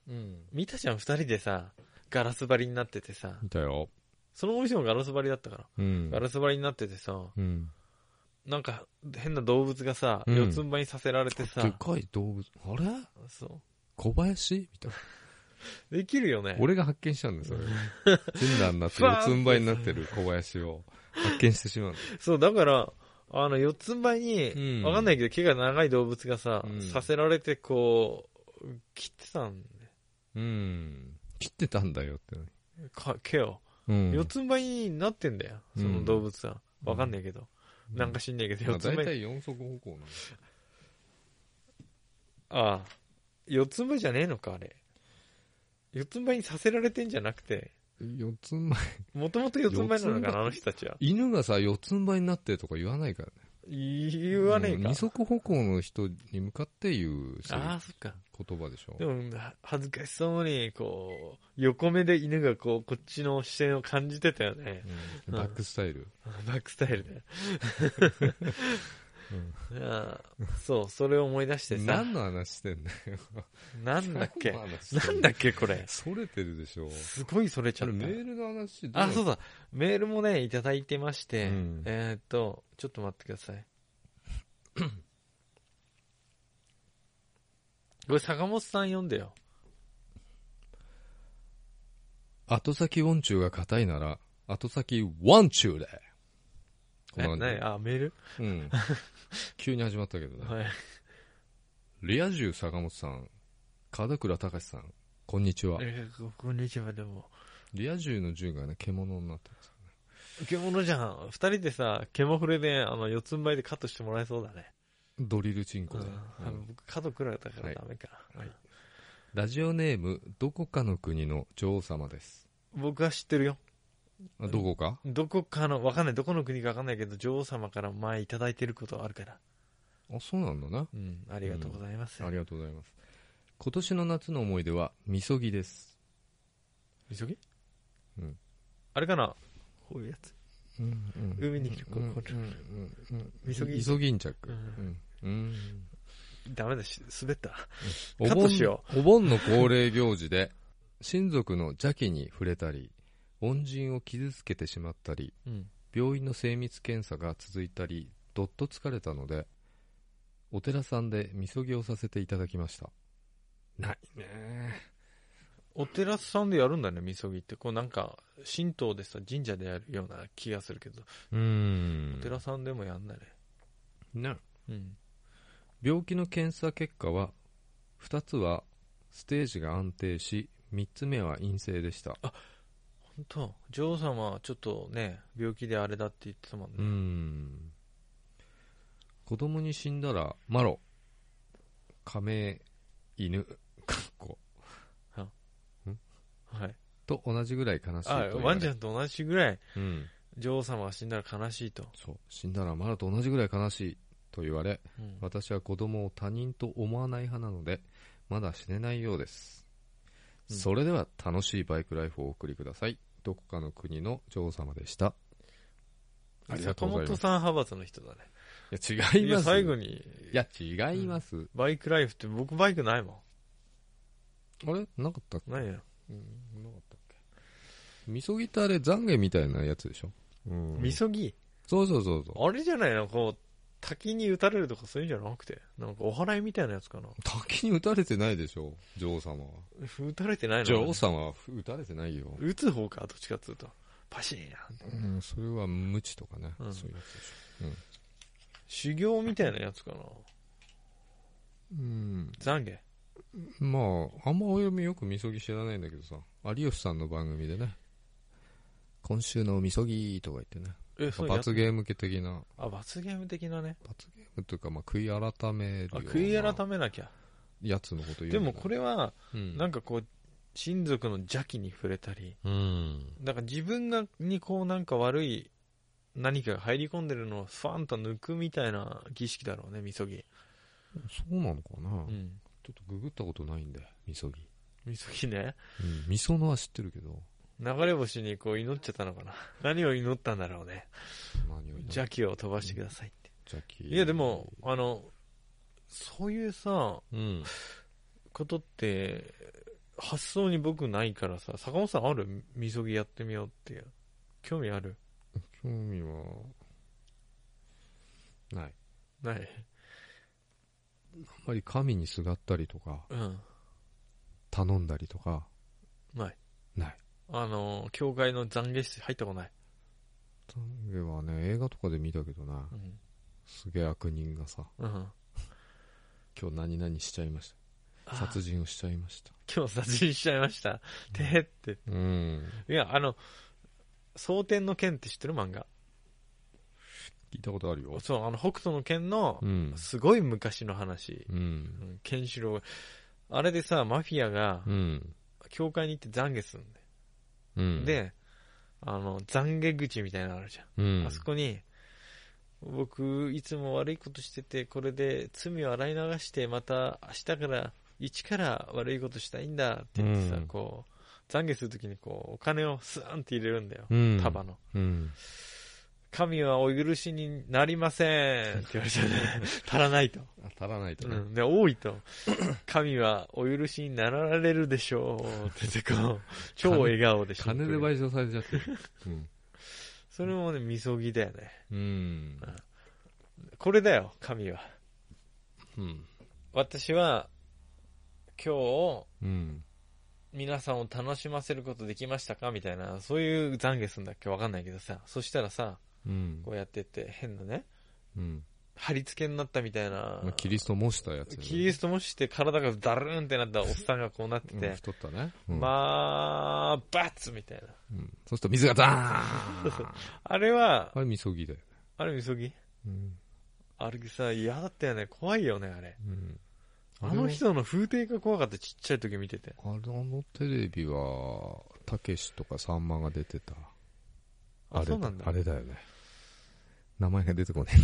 [SPEAKER 1] うん。
[SPEAKER 2] 見たじゃん、二人でさ、ガラス張りになっててさ、
[SPEAKER 1] 見たよ。
[SPEAKER 2] そのお店もガラス張りだったから。
[SPEAKER 1] うん
[SPEAKER 2] ガ。ラス張りになっててさ、
[SPEAKER 1] うん。
[SPEAKER 2] なんか変な動物がさ、
[SPEAKER 1] うん
[SPEAKER 2] 四つん這いにさせられて
[SPEAKER 1] で
[SPEAKER 2] さ、
[SPEAKER 1] かい動物。あれ
[SPEAKER 2] そ
[SPEAKER 1] 小林みたいな。
[SPEAKER 2] う。できるよね。
[SPEAKER 1] 俺が発見したんですよ。ジェンダーになって
[SPEAKER 2] ふわー
[SPEAKER 1] 四
[SPEAKER 2] っ
[SPEAKER 1] つ
[SPEAKER 2] て
[SPEAKER 1] ん這いになってる小林を発見してしまうんだ。
[SPEAKER 2] そう、だから、あの、四つん這いに、
[SPEAKER 1] うん
[SPEAKER 2] わかんないけど、毛が長い動物がさ、
[SPEAKER 1] うん
[SPEAKER 2] させられて、こう、切ってたん
[SPEAKER 1] うん。切ってたんだよってね。
[SPEAKER 2] か毛を。
[SPEAKER 1] うん。
[SPEAKER 2] 四つん這いになってんだよ、その動物は。
[SPEAKER 1] うん
[SPEAKER 2] わかんないけど。なんか知んないけど、
[SPEAKER 1] まあ
[SPEAKER 2] 四つん
[SPEAKER 1] 大
[SPEAKER 2] 這い。
[SPEAKER 1] 体四足歩行なんだ。
[SPEAKER 2] ああ、四つん這いじゃねえのか、あれ。四つん這いにさせられてんじゃなくて、
[SPEAKER 1] 四つん這い。
[SPEAKER 2] もともと四つん這いなの
[SPEAKER 1] 四つ
[SPEAKER 2] か
[SPEAKER 1] ん
[SPEAKER 2] な、
[SPEAKER 1] 這い
[SPEAKER 2] あの人たちは。
[SPEAKER 1] 犬がさ、四つん這いになってとか言わないからね。
[SPEAKER 2] 言わねえ
[SPEAKER 1] うん
[SPEAKER 2] か
[SPEAKER 1] 二。足歩行の人に向かって言うし
[SPEAKER 2] ああ、そっか。
[SPEAKER 1] 言葉でしょ
[SPEAKER 2] で。も、は恥ずかしそうに、こう、横目で犬がこう、こっちの視線を感じてたよね。
[SPEAKER 1] うんバックスタイル。
[SPEAKER 2] バックスタイルで。 ああそう、それを思い出してさ、
[SPEAKER 1] 何の話してんだよ。
[SPEAKER 2] なんだっけ
[SPEAKER 1] 何の話して
[SPEAKER 2] なん
[SPEAKER 1] んだ
[SPEAKER 2] だ
[SPEAKER 1] よ
[SPEAKER 2] っけ、これ。
[SPEAKER 1] それてるでしょ。
[SPEAKER 2] すごいそれち
[SPEAKER 1] あ
[SPEAKER 2] ゃっ
[SPEAKER 1] れメ
[SPEAKER 2] た。
[SPEAKER 1] ールの話
[SPEAKER 2] あ、そう
[SPEAKER 1] う
[SPEAKER 2] だ。メールもね、いただいてまして、
[SPEAKER 1] うん
[SPEAKER 2] えーっと、ちょっと待ってく ださい。これ、坂本さん読んでよ。
[SPEAKER 1] 後先音中が硬いなら、後先ワンチューで。こ
[SPEAKER 2] え、
[SPEAKER 1] んな感
[SPEAKER 2] 何
[SPEAKER 1] じ
[SPEAKER 2] あ、メール
[SPEAKER 1] うん。急に始まったけどね。
[SPEAKER 2] はい。
[SPEAKER 1] リア充坂本さん、門倉隆さん、こんにちは。
[SPEAKER 2] えーこんにちは、でも。
[SPEAKER 1] リア充の銃がね、獣になってます。
[SPEAKER 2] 獣じゃん。二人でさ、ケモフレで、あの、四つん這いでカットしてもらえそうだね。
[SPEAKER 1] ドリルチンコ
[SPEAKER 2] うん
[SPEAKER 1] で。う
[SPEAKER 2] あの
[SPEAKER 1] ん
[SPEAKER 2] 僕、角食られたか
[SPEAKER 1] は
[SPEAKER 2] ら
[SPEAKER 1] い
[SPEAKER 2] ダメか。
[SPEAKER 1] はいラジオネーム、どこかの国の女王様です。
[SPEAKER 2] 僕は知ってるよ。
[SPEAKER 1] あどこか
[SPEAKER 2] どこかの、わかんない、どこの国かわかんないけど、女王様から前いただいてることあるから。
[SPEAKER 1] あ、そうなんだな。
[SPEAKER 2] うん、ありがとうございます。
[SPEAKER 1] ありがとうございます。今年の夏の思い出は、みそぎです。
[SPEAKER 2] 急ぎあれかなこういうやつ。海にいる子
[SPEAKER 1] うん
[SPEAKER 2] これ
[SPEAKER 1] うんうん
[SPEAKER 2] みそぎん
[SPEAKER 1] みそぎんちゃく。
[SPEAKER 2] う
[SPEAKER 1] うんうん
[SPEAKER 2] ダメだし、滑った。
[SPEAKER 1] お
[SPEAKER 2] カットしよ
[SPEAKER 1] 盆お盆の恒例行事で、親族の邪気に触れたり、恩人を傷つけてしまったり、
[SPEAKER 2] うん。
[SPEAKER 1] 病院の精密検査が続いたり、どっと疲れたので、お寺さんでみそぎをさせていただきました。ないね
[SPEAKER 2] お寺さんでやるんだね、みそぎって。こうなんか、神道でさ、神社でやるような気がするけど、
[SPEAKER 1] うーん。
[SPEAKER 2] お寺さんでもやんだね。
[SPEAKER 1] ね
[SPEAKER 2] うん。
[SPEAKER 1] 病気の検査結果は2つはステージが安定し3つ目は陰性でした
[SPEAKER 2] 本当女王様はちょっとね、病気であれだって言ってたもんね。
[SPEAKER 1] うーん子供に死んだらマロ加盟犬かっこ
[SPEAKER 2] はい。
[SPEAKER 1] と同じぐらい悲しいと
[SPEAKER 2] あ、
[SPEAKER 1] 言われ
[SPEAKER 2] ワンちゃんと同じぐらい、
[SPEAKER 1] うん、
[SPEAKER 2] 女王様が死んだら悲しいと。
[SPEAKER 1] そう死んだらマロと同じぐらい悲しいと言われ
[SPEAKER 2] うん
[SPEAKER 1] 私は子供を他人と思わない派なのでまだ死ねないようです、
[SPEAKER 2] うん
[SPEAKER 1] それでは楽しいバイクライフをお送りくださいどこかの国の女王様でしたありがとうござい
[SPEAKER 2] 坂
[SPEAKER 1] ま
[SPEAKER 2] 本
[SPEAKER 1] す
[SPEAKER 2] さん派閥の人だね。
[SPEAKER 1] いや違い
[SPEAKER 2] い
[SPEAKER 1] ま
[SPEAKER 2] や、
[SPEAKER 1] す
[SPEAKER 2] 最後に、
[SPEAKER 1] いや違います、
[SPEAKER 2] バイクライフって僕バイクないも
[SPEAKER 1] あれなかったっけ
[SPEAKER 2] ん。ないよ。
[SPEAKER 1] うんなかったっけみそぎってあれ懺悔みたいなやつでしょうん
[SPEAKER 2] みそぎ。
[SPEAKER 1] そうそうそうそう
[SPEAKER 2] あれじゃないのこう、滝に打たれるとかそういうんじゃなくて。なんかお祓いみたいなやつかな。
[SPEAKER 1] 滝に打たれてないでしょ女王様は
[SPEAKER 2] 打たれてないの
[SPEAKER 1] 女王様は打たれてないよ、
[SPEAKER 2] 打つ方か、どっちかっつうと。パシーン
[SPEAKER 1] うん、それは無知とかね、
[SPEAKER 2] うん
[SPEAKER 1] そういうやつでし
[SPEAKER 2] 修行みたいなやつかな。
[SPEAKER 1] ょうん
[SPEAKER 2] 懺悔。
[SPEAKER 1] まあ、あんまお読みよくみそぎ知らないんだけどさ、有吉さんの番組でね、今週のみそぎとか言ってね、
[SPEAKER 2] え、そうや
[SPEAKER 1] 罰ゲーム系的な、
[SPEAKER 2] あ、罰ゲーム的なね。
[SPEAKER 1] 罰ゲームというか、まあ、悔い改める
[SPEAKER 2] あ、
[SPEAKER 1] ような
[SPEAKER 2] 悔い改めなきゃ。
[SPEAKER 1] やつのこと言う
[SPEAKER 2] でもこ
[SPEAKER 1] れ、
[SPEAKER 2] れは、
[SPEAKER 1] うん、
[SPEAKER 2] なん
[SPEAKER 1] か、
[SPEAKER 2] かこう、親族の邪気に触れたり、
[SPEAKER 1] うん、
[SPEAKER 2] だから自分が、にこうなんか悪い何かが入り込んでるのをファンと抜くみたいな儀式だろうね、みそぎ。
[SPEAKER 1] そうなのかな、
[SPEAKER 2] う
[SPEAKER 1] ちょ
[SPEAKER 2] ん。
[SPEAKER 1] っとググったことないんだよ、みそぎ。
[SPEAKER 2] みそぎね。
[SPEAKER 1] うん、みそのは知ってるけど、
[SPEAKER 2] 流れ星にこう祈っちゃったのかな。 何を祈ったんだろうね。
[SPEAKER 1] 何を言
[SPEAKER 2] 邪気を飛ばしてくださいって。
[SPEAKER 1] い
[SPEAKER 2] いやでも、、あの、そういうさ、
[SPEAKER 1] うん、
[SPEAKER 2] ことって、発想に僕ないからさ、坂本さんあるみそぎやってみようっていう。興味ある
[SPEAKER 1] 興味は、ない。
[SPEAKER 2] ない
[SPEAKER 1] あんまり神にすがったりとか、
[SPEAKER 2] うん。
[SPEAKER 1] 頼んだりとか、
[SPEAKER 2] ない。
[SPEAKER 1] ない。
[SPEAKER 2] あの、教会の懺悔室入ったことない。
[SPEAKER 1] 懺悔はね、映画とかで見たけどな
[SPEAKER 2] う、ん。
[SPEAKER 1] すげえ悪人がさ、
[SPEAKER 2] うん。
[SPEAKER 1] 今日何々しちゃいまし
[SPEAKER 2] あ
[SPEAKER 1] た。殺人をしちゃいました。
[SPEAKER 2] 今日殺人しちゃいました。てへって。
[SPEAKER 1] うん。
[SPEAKER 2] いや、あの、蒼天の剣って知ってる漫画。
[SPEAKER 1] 聞いたことあるよ。
[SPEAKER 2] そう、あの、北斗の剣の
[SPEAKER 1] う、ん。
[SPEAKER 2] すごい昔の話。
[SPEAKER 1] う。
[SPEAKER 2] うんん、ケンシロウが。あれでさ、マフィアが
[SPEAKER 1] う、ん。
[SPEAKER 2] 教会に行って懺悔するんだよ。
[SPEAKER 1] うん、
[SPEAKER 2] で、あの、懺悔口みたいなのあるじゃん。
[SPEAKER 1] うん。
[SPEAKER 2] あそこに、僕、いつも悪いことしてて、これで罪を洗い流して、また明日から、一から悪いことしたいんだって言ってさ、
[SPEAKER 1] うん
[SPEAKER 2] こう、懺悔するときにこう、お金をスーンって入れるんだよ。
[SPEAKER 1] うん。
[SPEAKER 2] 束の。
[SPEAKER 1] うん。
[SPEAKER 2] 神はお許しになりませんって 言われちゃうね。足らないと。
[SPEAKER 1] 当たらないと
[SPEAKER 2] う
[SPEAKER 1] ね。
[SPEAKER 2] ん。で、多いと。神はお許しになられるでしょうって言って こう、超笑顔で
[SPEAKER 1] 金で賠償されちゃって る。うん。
[SPEAKER 2] それもね、みそぎだよね。
[SPEAKER 1] うん。
[SPEAKER 2] これだよ、神は。
[SPEAKER 1] うん。
[SPEAKER 2] 私は今日
[SPEAKER 1] うん。
[SPEAKER 2] 皆さんを楽しませることできましたかみたいなそういう懺悔するんだっけわかんないけどさそしたらさ
[SPEAKER 1] うん
[SPEAKER 2] こ。うやってって変なね
[SPEAKER 1] うん。
[SPEAKER 2] 貼り付けになったみたいな、
[SPEAKER 1] まあ、キリスト模したやつね。
[SPEAKER 2] キリストもして体がダルーンってなったおっさんがこうなって
[SPEAKER 1] うん
[SPEAKER 2] て、
[SPEAKER 1] 太ったね。うん、
[SPEAKER 2] まあバツみたいな
[SPEAKER 1] うん。そうすると水がダーン
[SPEAKER 2] あれは
[SPEAKER 1] あれ、みそぎだよね。
[SPEAKER 2] あれみそぎ
[SPEAKER 1] うん。
[SPEAKER 2] あれさ嫌だったよね怖いよねあれ
[SPEAKER 1] うん。
[SPEAKER 2] あの人の風景が怖かったちっちゃい時見てて
[SPEAKER 1] あのテレビは、たけしとかさんまが出てた。
[SPEAKER 2] あ
[SPEAKER 1] れ
[SPEAKER 2] そうなんだ
[SPEAKER 1] あれだよね。名前が出てこない。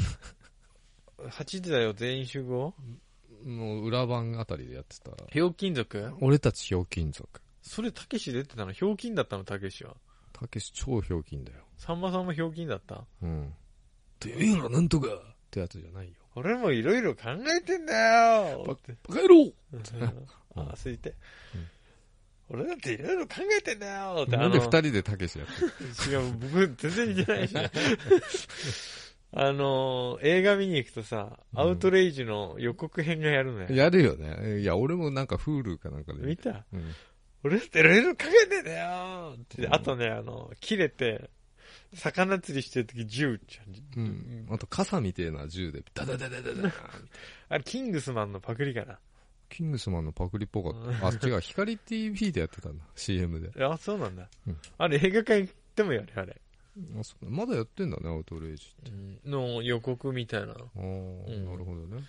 [SPEAKER 2] 8時だよ全員集合
[SPEAKER 1] もう裏番あたりでやってた。
[SPEAKER 2] ひょうきん族
[SPEAKER 1] 俺たちひょうきん族。
[SPEAKER 2] それ、たけし出てたのひょうきんだったの、たけしは。
[SPEAKER 1] たけし超ひょうきんだよ。
[SPEAKER 2] さんまさんもひょうきんだった
[SPEAKER 1] うん。てめえらなんとかってやつじゃないよ。
[SPEAKER 2] 俺もいろいろ考えてんだよ
[SPEAKER 1] ババカ野郎
[SPEAKER 2] あー、すいて。俺だっていろいろ考えてんだよって、
[SPEAKER 1] な
[SPEAKER 2] あ
[SPEAKER 1] んで
[SPEAKER 2] の
[SPEAKER 1] 二、人でたけしやってる
[SPEAKER 2] 違う、僕全然似 てないし。あの、映画見に行くとさ、
[SPEAKER 1] うん
[SPEAKER 2] アウトレイジの予告編がやるの よ。
[SPEAKER 1] やるよね。いや、俺もなんかフールかなんかで
[SPEAKER 2] 見
[SPEAKER 1] 見た。
[SPEAKER 2] た
[SPEAKER 1] うん。
[SPEAKER 2] 俺だっていろいろ考えてんだよって。
[SPEAKER 1] うん
[SPEAKER 2] あとね、あの、切れて、魚釣りしてるとき銃ちゃ。
[SPEAKER 1] うんん。あと、傘みてえな銃で、ダダダダダダ。
[SPEAKER 2] あれ、キングスマンのパクリかな。
[SPEAKER 1] キングスマンのパクリっぽかった。あ、違う、光 TV でやってたんだ。CM で。
[SPEAKER 2] あ、そうなんだ
[SPEAKER 1] うん。
[SPEAKER 2] あれ、映画館行ってもやる、あれ。
[SPEAKER 1] あそうまだやってんだね、アウトレイジって。
[SPEAKER 2] の予告みたいな。
[SPEAKER 1] ああ、
[SPEAKER 2] ん
[SPEAKER 1] なるほどね。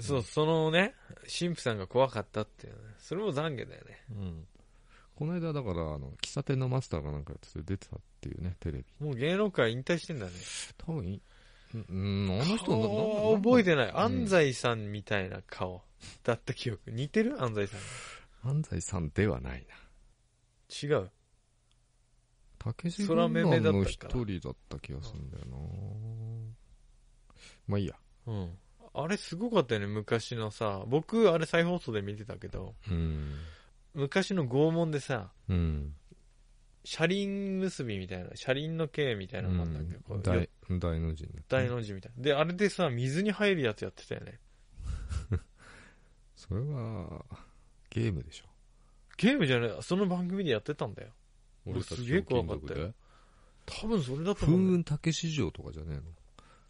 [SPEAKER 2] そう、そのね、神父さんが怖かったっていうね。それも懺悔だよね。
[SPEAKER 1] うん。この間、だから、あの、喫茶店のマスターがなんかやってて出てたっていうね、テレビ。
[SPEAKER 2] もう芸能界引退してんだね。
[SPEAKER 1] 多分い、うん、うんあの人な
[SPEAKER 2] 顔
[SPEAKER 1] な
[SPEAKER 2] は覚えてない。
[SPEAKER 1] ん
[SPEAKER 2] 安西さんみたいな顔だった記憶。似てる安西さ
[SPEAKER 1] 安西さんではないな。
[SPEAKER 2] ん。違う。
[SPEAKER 1] 竹志
[SPEAKER 2] 空
[SPEAKER 1] 軍
[SPEAKER 2] めめ
[SPEAKER 1] 団
[SPEAKER 2] だったから
[SPEAKER 1] の一人だった気がするんだよなまあいいや。
[SPEAKER 2] うん。あれすごかったよね、昔のさ。僕、あれ再放送で見てたけど、
[SPEAKER 1] うん。
[SPEAKER 2] 昔の拷問でさ、
[SPEAKER 1] うん。
[SPEAKER 2] 車輪結びみたいな、車輪の刑みたいなのがあったんだけど、こう
[SPEAKER 1] 大、大の字になった
[SPEAKER 2] 大の字みたいな。で、あれでさ、水に入るやつやってたよね。
[SPEAKER 1] それは、ゲームでしょ。
[SPEAKER 2] ゲームじゃない、その番組でやってたんだよ。俺
[SPEAKER 1] たち
[SPEAKER 2] すげえ怖かったよ
[SPEAKER 1] の金属で。
[SPEAKER 2] 多分それだと
[SPEAKER 1] 風
[SPEAKER 2] 思うんだよ
[SPEAKER 1] 雲竹市場とかじゃね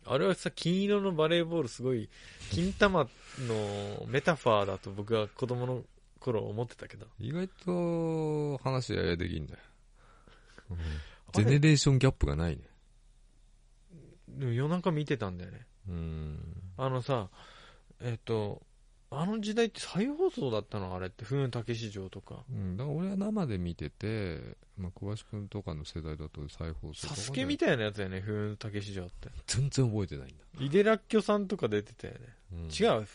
[SPEAKER 2] あれはさ、金色のバレーボールすごい、金玉のメタファーだと僕は子供の頃思ってたけど。
[SPEAKER 1] えの意外と、話ややできんだよ。うん
[SPEAKER 2] あれ
[SPEAKER 1] ジェネレーションギャップがないね。
[SPEAKER 2] でも夜中見てたんだよね。
[SPEAKER 1] うん。
[SPEAKER 2] あのさ、えっ、と、あの時代って再放送だったのあれって、風雲竹市場とか。
[SPEAKER 1] うん、だから俺は生で見てて、まあ、小林くんとかの世代だと再放送とか
[SPEAKER 2] サ
[SPEAKER 1] で
[SPEAKER 2] スケみたいなやつだよね、風雲竹市場って。
[SPEAKER 1] 全然覚えてないんだ。
[SPEAKER 2] 井出らっきょさんとか出てたよね。
[SPEAKER 1] うん
[SPEAKER 2] 違う、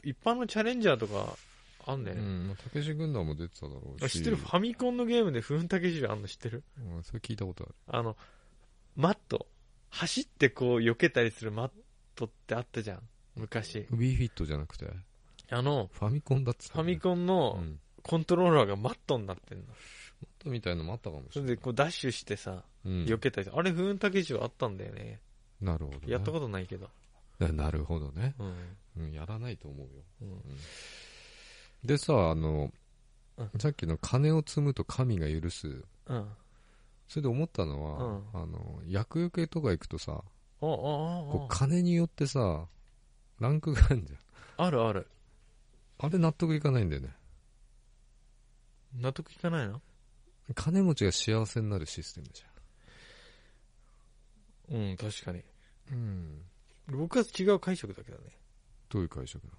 [SPEAKER 2] 一般のチャレンジャーとかあんだよ
[SPEAKER 1] う
[SPEAKER 2] ね。
[SPEAKER 1] ん、まあたけし軍団も出てただろう
[SPEAKER 2] あ
[SPEAKER 1] し。
[SPEAKER 2] 知ってるファミコンのゲームで風雲竹市場あんの知ってる
[SPEAKER 1] うん、それ聞いたことある。
[SPEAKER 2] あの、マット。走ってこう、避けたりするマットってあったじゃん。昔。
[SPEAKER 1] ウィーフィットじゃなくて、
[SPEAKER 2] あの、
[SPEAKER 1] ファミコンだっつって
[SPEAKER 2] ファミ
[SPEAKER 1] ン
[SPEAKER 2] コンの
[SPEAKER 1] うん。
[SPEAKER 2] コントローラーがマットになってんの。
[SPEAKER 1] みたいのもあったかもし
[SPEAKER 2] そ
[SPEAKER 1] れ
[SPEAKER 2] れ
[SPEAKER 1] ない。
[SPEAKER 2] でこうダッシュしてさ、
[SPEAKER 1] うん
[SPEAKER 2] 避けたりする。あれ、風雲竹市はあったんだよね。
[SPEAKER 1] なるほど、ね。
[SPEAKER 2] やったことないけど。
[SPEAKER 1] ななるほどね。
[SPEAKER 2] うん。
[SPEAKER 1] うん、やらないと思うよ。
[SPEAKER 2] うん
[SPEAKER 1] でさ、あの
[SPEAKER 2] う、
[SPEAKER 1] さっきの金を積むと神が許す。
[SPEAKER 2] うん。あ、
[SPEAKER 1] それで思ったのは、あの、薬よけとか行くとさ、
[SPEAKER 2] あ、
[SPEAKER 1] こう
[SPEAKER 2] あ
[SPEAKER 1] 金によってさ、ランクがあるじゃん。
[SPEAKER 2] あ、あるある。
[SPEAKER 1] あれ納得いかないんだよね。
[SPEAKER 2] 納得いかないの
[SPEAKER 1] 金持ちが幸せになるシステムじ
[SPEAKER 2] うん、確かに。
[SPEAKER 1] ゃん。うん。
[SPEAKER 2] 僕は違う解釈だけどね。
[SPEAKER 1] どういう解釈な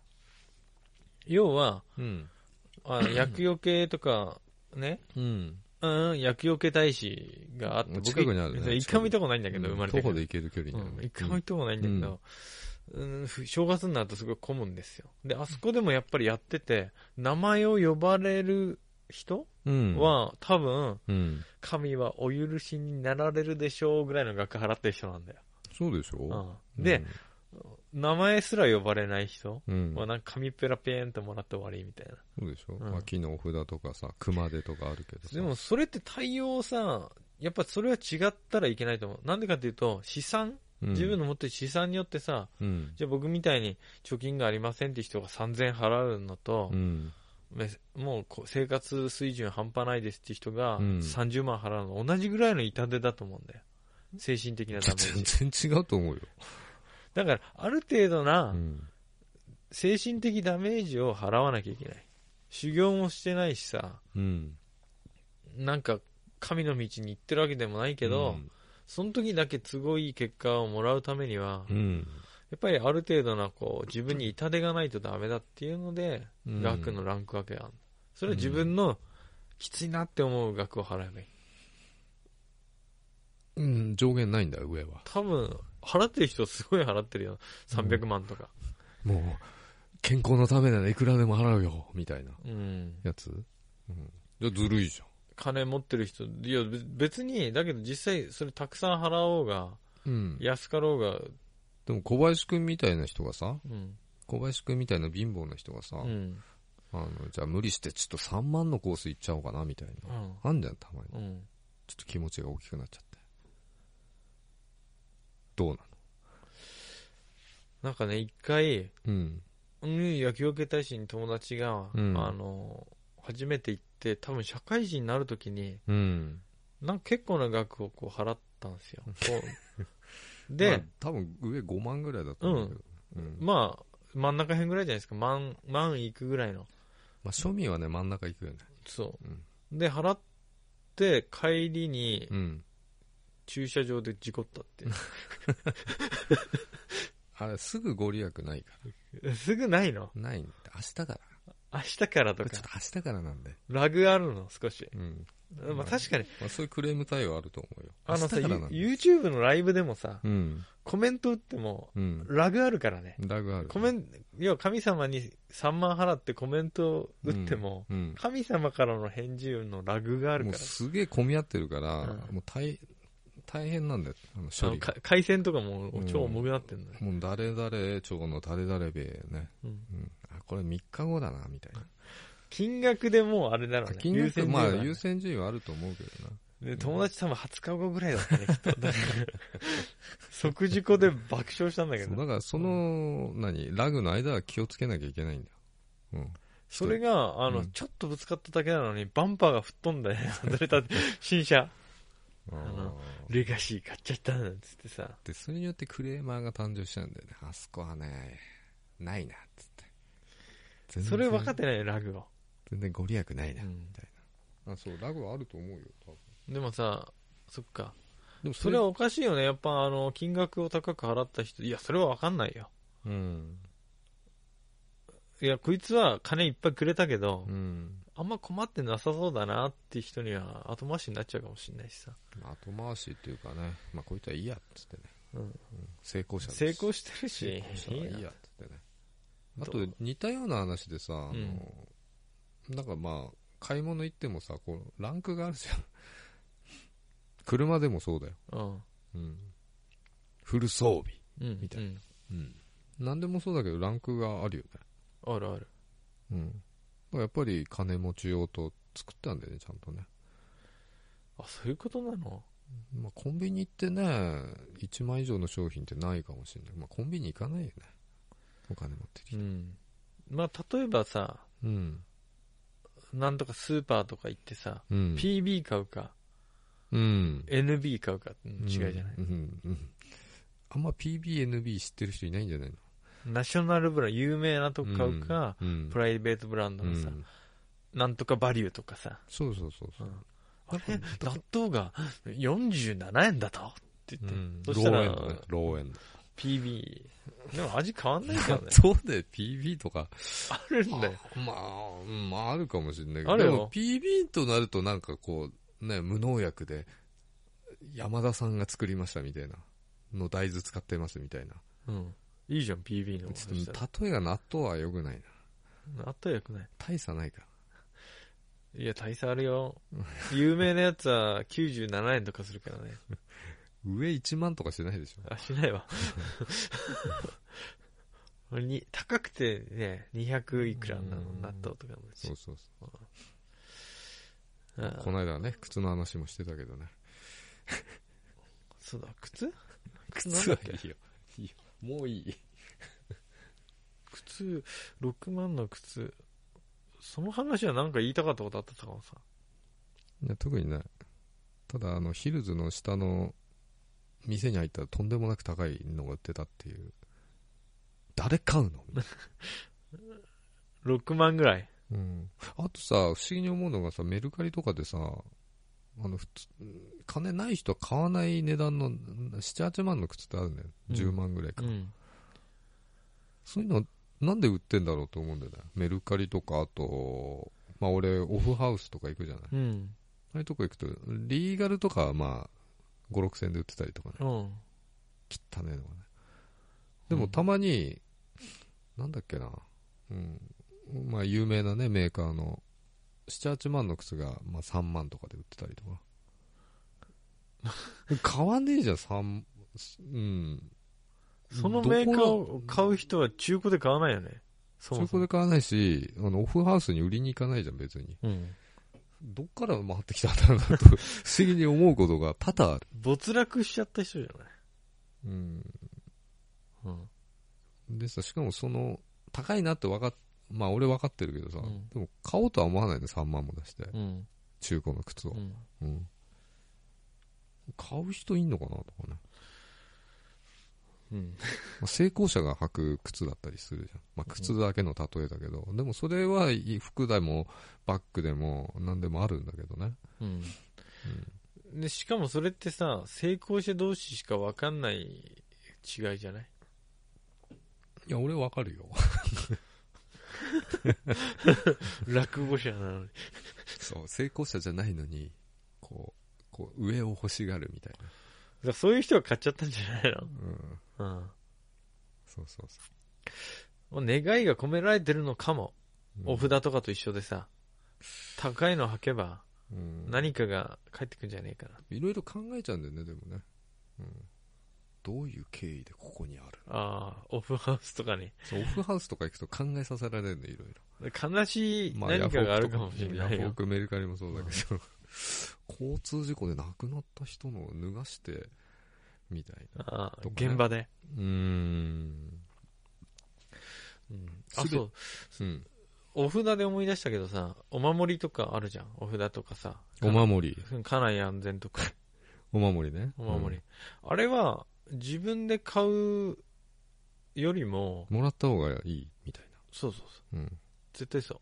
[SPEAKER 2] 要は、
[SPEAKER 1] のうん。
[SPEAKER 2] あの薬用系とか、ね、
[SPEAKER 1] うん。
[SPEAKER 2] うん、薬用系大使があって、僕
[SPEAKER 1] 近くにあるね
[SPEAKER 2] そう一回も見たことないんだけど、
[SPEAKER 1] うん
[SPEAKER 2] 生まれて
[SPEAKER 1] 徒
[SPEAKER 2] か
[SPEAKER 1] 歩
[SPEAKER 2] ら
[SPEAKER 1] で行ける距離にある
[SPEAKER 2] うん
[SPEAKER 1] ね
[SPEAKER 2] 一回も行ったことないんだけど、うんふ正月になるとすごい混むんですよ。で、あそこでもやっぱりやってて、名前を呼ばれる人
[SPEAKER 1] うん
[SPEAKER 2] は、多分、
[SPEAKER 1] うん
[SPEAKER 2] 神はお許しになられるでしょうぐらいの額払ってる人なんだよ。
[SPEAKER 1] そうでしょ
[SPEAKER 2] うんで、、名前すら呼ばれない人
[SPEAKER 1] うん。う
[SPEAKER 2] は、
[SPEAKER 1] ん
[SPEAKER 2] なんか紙ペラペーンともらって終わりみたいな。
[SPEAKER 1] そうでしょ
[SPEAKER 2] ん
[SPEAKER 1] まあ木のお札とかさ、熊手とかあるけどさ。
[SPEAKER 2] でも、それって対応さ、やっぱそれは違ったらいけないと思う。なんでかっていうと、資産、
[SPEAKER 1] うん
[SPEAKER 2] 自分の持ってる資産によってさ、
[SPEAKER 1] うん。
[SPEAKER 2] じゃあ僕みたいに貯金がありませんって人が3000円払うのと
[SPEAKER 1] う、ん。
[SPEAKER 2] めもうこう生活水準半端ないですって人が
[SPEAKER 1] うん
[SPEAKER 2] 30万払うの同じぐらいの痛手だと思うんだよ。精神的なダメージ。
[SPEAKER 1] 全然違うと思うよ。
[SPEAKER 2] だから、ある程度
[SPEAKER 1] う。
[SPEAKER 2] なん精神的ダメージを払わなきゃいけない。修行もしてないしさ、
[SPEAKER 1] うん。
[SPEAKER 2] なんか神の道に行ってるわけでもないけど、その時だけ都合いい結果をもらうためには、
[SPEAKER 1] うん、うん。
[SPEAKER 2] やっぱりある程度なこう自分に痛手がないとダメだっていうので、
[SPEAKER 1] うん
[SPEAKER 2] 額のランク分けがあるそれは自分のきついなって思う額を払えばいい
[SPEAKER 1] うん、上限ないんだよ、上は。
[SPEAKER 2] 多分払ってる人すごい払ってるよ300万とか
[SPEAKER 1] もう、健康のためならいくらでも払うよ、みたいな
[SPEAKER 2] うん
[SPEAKER 1] やつ。うん。じゃあずるいじゃん。
[SPEAKER 2] 金持ってる人、いや、別別に、だけど実際それたくさん払おうが、
[SPEAKER 1] うん。
[SPEAKER 2] 安かろうが、
[SPEAKER 1] でも小林くんみたいな人がさ、
[SPEAKER 2] うん。
[SPEAKER 1] 小林くんみたいな貧乏な人がさ、
[SPEAKER 2] うん。
[SPEAKER 1] あの、じゃあ無理してちょっと3万のコース行っちゃおうかな、みたいな。
[SPEAKER 2] うん
[SPEAKER 1] あんじゃん、たまに。
[SPEAKER 2] うん。
[SPEAKER 1] ちょっと気持ちが大きくなっちゃって。どうな
[SPEAKER 2] なんかね、一回、
[SPEAKER 1] のうん。
[SPEAKER 2] うん、野球系大使に友達が、
[SPEAKER 1] うん
[SPEAKER 2] あの、初めて行って、多分社会人になるときに、
[SPEAKER 1] うん。
[SPEAKER 2] なんか結構な額をこう払ったんですよ。こ う
[SPEAKER 1] まあ
[SPEAKER 2] で、、
[SPEAKER 1] 多分上5万ぐらいだと思うけど。うん。
[SPEAKER 2] まあ、真ん中辺ぐらいじゃないですか。万、万いくぐらいの。
[SPEAKER 1] まあ、庶民はね、真ん中行くよね。
[SPEAKER 2] そうう。で、払って、帰りに
[SPEAKER 1] うん。
[SPEAKER 2] 駐車場で事故ったっていう。
[SPEAKER 1] あれ、すぐご利益ないか
[SPEAKER 2] すぐないの
[SPEAKER 1] ら。ないんだ。明日から。
[SPEAKER 2] 明日からと
[SPEAKER 1] ちょっと。
[SPEAKER 2] か
[SPEAKER 1] 明日からなんで。
[SPEAKER 2] ラグあるの、少し。
[SPEAKER 1] うん。
[SPEAKER 2] まあ確かに、
[SPEAKER 1] まあ、そういうクレーム対応あると思うよ。
[SPEAKER 2] あの
[SPEAKER 1] 明
[SPEAKER 2] さ、
[SPEAKER 1] 日
[SPEAKER 2] ユ
[SPEAKER 1] からなんで。
[SPEAKER 2] YouTube のライブでもさ、
[SPEAKER 1] うん。
[SPEAKER 2] コメント打っても、
[SPEAKER 1] うん。
[SPEAKER 2] ラグあるからね。
[SPEAKER 1] ラグある。
[SPEAKER 2] コメ
[SPEAKER 1] ン
[SPEAKER 2] ン要は神様に3万払ってコメントを打っても、
[SPEAKER 1] うん。
[SPEAKER 2] 神様からの返事のラグがある
[SPEAKER 1] もう
[SPEAKER 2] から。
[SPEAKER 1] すげえ混み合ってるから、
[SPEAKER 2] うん
[SPEAKER 1] もう大大変なんだよ、あの
[SPEAKER 2] あ
[SPEAKER 1] 処
[SPEAKER 2] の
[SPEAKER 1] 理が
[SPEAKER 2] か。回線とかも
[SPEAKER 1] うん
[SPEAKER 2] 超重くなってんだよ。
[SPEAKER 1] もう誰々町の誰々べね、
[SPEAKER 2] うん
[SPEAKER 1] うんあ、これ3日後だな、みたいな。
[SPEAKER 2] 金額でもうあれだろうね。
[SPEAKER 1] 金額、
[SPEAKER 2] 順
[SPEAKER 1] ま
[SPEAKER 2] だ
[SPEAKER 1] あ
[SPEAKER 2] ね
[SPEAKER 1] 優先順位はあると思うけどな。
[SPEAKER 2] で友達多分20日後ぐらい だったね、きっと。だから即事故で爆笑したんだけ
[SPEAKER 1] そう
[SPEAKER 2] ど。
[SPEAKER 1] だからその、何、ラグの間は気をつけなきゃいけないんだよ。うん。
[SPEAKER 2] それが、あの、
[SPEAKER 1] うん
[SPEAKER 2] ちょっとぶつかっただけなのに、バンパーが吹っ飛 んで、外れた、新車、
[SPEAKER 1] あー
[SPEAKER 2] のレガシー買っちゃったなんつってさ。
[SPEAKER 1] で、それによってクレーマーが誕生しちゃうんだよね。あそこはね、ないな、つって。全然
[SPEAKER 2] それ分かってないよ、ラグを。
[SPEAKER 1] 全然ご利益ないな。
[SPEAKER 2] うん
[SPEAKER 1] あ、そう、ラグはあると思うよ、多分。
[SPEAKER 2] でもさ、そっか。
[SPEAKER 1] でも
[SPEAKER 2] それは、おかしいよね。やっぱ、あの、金額を高く払った人、いや、それはわかんないよ。
[SPEAKER 1] うん。
[SPEAKER 2] いや、こいつは金いっぱいくれたけど、
[SPEAKER 1] うん。
[SPEAKER 2] あんま困ってなさそうだなって人には後回しになっちゃうかもしれないしさ。
[SPEAKER 1] 後回しっていうかね、まあ、こいつはいいやっつってね、
[SPEAKER 2] うん
[SPEAKER 1] 成功者です
[SPEAKER 2] 成功してるし、
[SPEAKER 1] 成功者はい
[SPEAKER 2] い
[SPEAKER 1] い
[SPEAKER 2] や
[SPEAKER 1] やっつってねあと似たような話でさ、あのなんかまあ買い物行ってもさこうランクがあるじゃん 車でもそうだよ、
[SPEAKER 2] うん。
[SPEAKER 1] うん、フル装備、
[SPEAKER 2] うん。
[SPEAKER 1] みた
[SPEAKER 2] いな。
[SPEAKER 1] うん、何でもそうだけどランクがあるよね
[SPEAKER 2] あるある。
[SPEAKER 1] うんだからやっぱり金持ち用と作ったんだよねちゃんとね、
[SPEAKER 2] あ、そういうことなの
[SPEAKER 1] まあ、コンビニ行ってね1万以上の商品ってないかもしれない、まあ、コンビニ行かないよねお金持ってる人
[SPEAKER 2] ん。まあ、例えばさ、
[SPEAKER 1] うん。
[SPEAKER 2] なんとかスーパーとか行ってさ、
[SPEAKER 1] うん。
[SPEAKER 2] PB 買うか、
[SPEAKER 1] うん。
[SPEAKER 2] NB 買うか、うん違うじゃない、
[SPEAKER 1] うん。うんあんま PBNB 知ってる人いないんじゃないの
[SPEAKER 2] ナショナルブランド、有名なとこ買うか、、
[SPEAKER 1] うん
[SPEAKER 2] プライベートブランドのさ、
[SPEAKER 1] うん
[SPEAKER 2] なんとかバリューとかさ、
[SPEAKER 1] そうそうそうそう。
[SPEAKER 2] あれ、納豆が47円だとって言って、
[SPEAKER 1] うん
[SPEAKER 2] そした
[SPEAKER 1] ロ
[SPEAKER 2] ら、
[SPEAKER 1] ーエンドね。ローエンド。。
[SPEAKER 2] PB。でも味変わんないけどね
[SPEAKER 1] そうで PB とか。
[SPEAKER 2] あるんだよ。
[SPEAKER 1] まあ、うんまああるかもしれないけど。
[SPEAKER 2] ある
[SPEAKER 1] で
[SPEAKER 2] よ
[SPEAKER 1] も PB となるとなんかこう、ね、無農薬で、山田さんが作りましたみたいな。の大豆使ってますみたいな。
[SPEAKER 2] うん。いいじゃん、PB の。
[SPEAKER 1] ち
[SPEAKER 2] そ
[SPEAKER 1] ょっ
[SPEAKER 2] したら
[SPEAKER 1] と例えが納豆は良くないな。
[SPEAKER 2] 納豆よくない。
[SPEAKER 1] 大差ないか。
[SPEAKER 2] いや、大差あるよ。有名なやつは97円とかするから ね。
[SPEAKER 1] 上1万とかしないでしょ。
[SPEAKER 2] あ、しないわ。俺に高くてね、200いくらなの
[SPEAKER 1] う、ん
[SPEAKER 2] 納豆とかもし
[SPEAKER 1] そうそうそう。
[SPEAKER 2] あ
[SPEAKER 1] この間はね、靴の話もしてたけどね。
[SPEAKER 2] そうだ、靴
[SPEAKER 1] 靴はいいよ。いいよ。もういい。
[SPEAKER 2] 靴、6万の靴。その話はなんか言いたかったことあったかもさ。
[SPEAKER 1] いや、特にない。ただ、あの、ヒルズの下の店に入ったらとんでもなく高いのが売ってたっていう。誰買うのみたい
[SPEAKER 2] 6万ぐらい。
[SPEAKER 1] な。うん。あとさ、不思議に思うのがさ、メルカリとかでさ、あの、普通、金ない人は買わない値段の、7、8万の靴ってあるんだよ。
[SPEAKER 2] うん
[SPEAKER 1] 10万ぐらいか。
[SPEAKER 2] うん。
[SPEAKER 1] そういうの、なんで売ってんだろうと思うんだよね。メルカリとか、あと、まあ俺、オフハウスとか行くじゃない。
[SPEAKER 2] うん。
[SPEAKER 1] ああいうとこ行くと、リーガルとかはまあ、5、6千で売ってたりとかね。
[SPEAKER 2] うん。
[SPEAKER 1] 汚ねえのがね。でもたまに、なんだっけな、うん、まあ有名なね、メーカーの78万の靴が、まあ、3万とかで売ってたりとか 買わねえじゃん3うん
[SPEAKER 2] そのメーカーを買う人は中古で買わないよね。そ
[SPEAKER 1] 中
[SPEAKER 2] もそ
[SPEAKER 1] 古
[SPEAKER 2] も
[SPEAKER 1] で買わないしあのオフハウスに売りに行かないじゃん別に
[SPEAKER 2] うん。
[SPEAKER 1] どっから回ってきたんだろうなと不思議に思うことが多々ある、
[SPEAKER 2] 没落しちゃった人じゃない。
[SPEAKER 1] うん、
[SPEAKER 2] うん。
[SPEAKER 1] でさしかもその高いなって分かっまあ俺分かってるけどさ、
[SPEAKER 2] うん
[SPEAKER 1] でも買おうとは思わないで3万も出して
[SPEAKER 2] うん。
[SPEAKER 1] 中古の靴を
[SPEAKER 2] う、ん。
[SPEAKER 1] うん買う人いんのかなとかね、
[SPEAKER 2] うん。
[SPEAKER 1] まあ、成功者が履く靴だったりするじゃん、まあ、靴だけの例えだけど、でもそれはい服でもバッグでも何でもあるんだけどね
[SPEAKER 2] うん、でしかもそれってさ成功者同士しか分かんない違いじゃない
[SPEAKER 1] いや俺分かるよ
[SPEAKER 2] 落語者なのに
[SPEAKER 1] そう成功者じゃないのにこうこう上を欲しがるみたいな、
[SPEAKER 2] だからそういう人が買っちゃったんじゃない
[SPEAKER 1] うん、
[SPEAKER 2] の、うん
[SPEAKER 1] そうそうそ
[SPEAKER 2] もう願いが込められてるのかも、
[SPEAKER 1] う、
[SPEAKER 2] お札とかと一緒でさ高いの履けば
[SPEAKER 1] うん、
[SPEAKER 2] 何かが返ってくんじゃねえかな、
[SPEAKER 1] いろいろ考えちゃうんだよねでもね、うん、どういう経緯でここにある
[SPEAKER 2] ああオフハウスとかに
[SPEAKER 1] そうオフハウスとか行くと考えさせられるのいろいろ
[SPEAKER 2] 悲しい
[SPEAKER 1] ま
[SPEAKER 2] 何かがあるかもしれ
[SPEAKER 1] ヤ
[SPEAKER 2] な
[SPEAKER 1] フ
[SPEAKER 2] い
[SPEAKER 1] オ
[SPEAKER 2] よ、
[SPEAKER 1] クメルカリもそうだけど、交通事故で亡くなった人のを脱がしてみたいな
[SPEAKER 2] ああ
[SPEAKER 1] とかね
[SPEAKER 2] 現場で、
[SPEAKER 1] うーん
[SPEAKER 2] うん、あ
[SPEAKER 1] すべ
[SPEAKER 2] そう
[SPEAKER 1] うん
[SPEAKER 2] お札で思い出したけどさお守りとかあるじゃんお札とかさ
[SPEAKER 1] お守り
[SPEAKER 2] 家内安全とか
[SPEAKER 1] お守りね
[SPEAKER 2] お守り、あれは自分で買うよりも
[SPEAKER 1] うんもらった方がいいみたい
[SPEAKER 2] そうそうそう
[SPEAKER 1] なうん
[SPEAKER 2] 絶対そう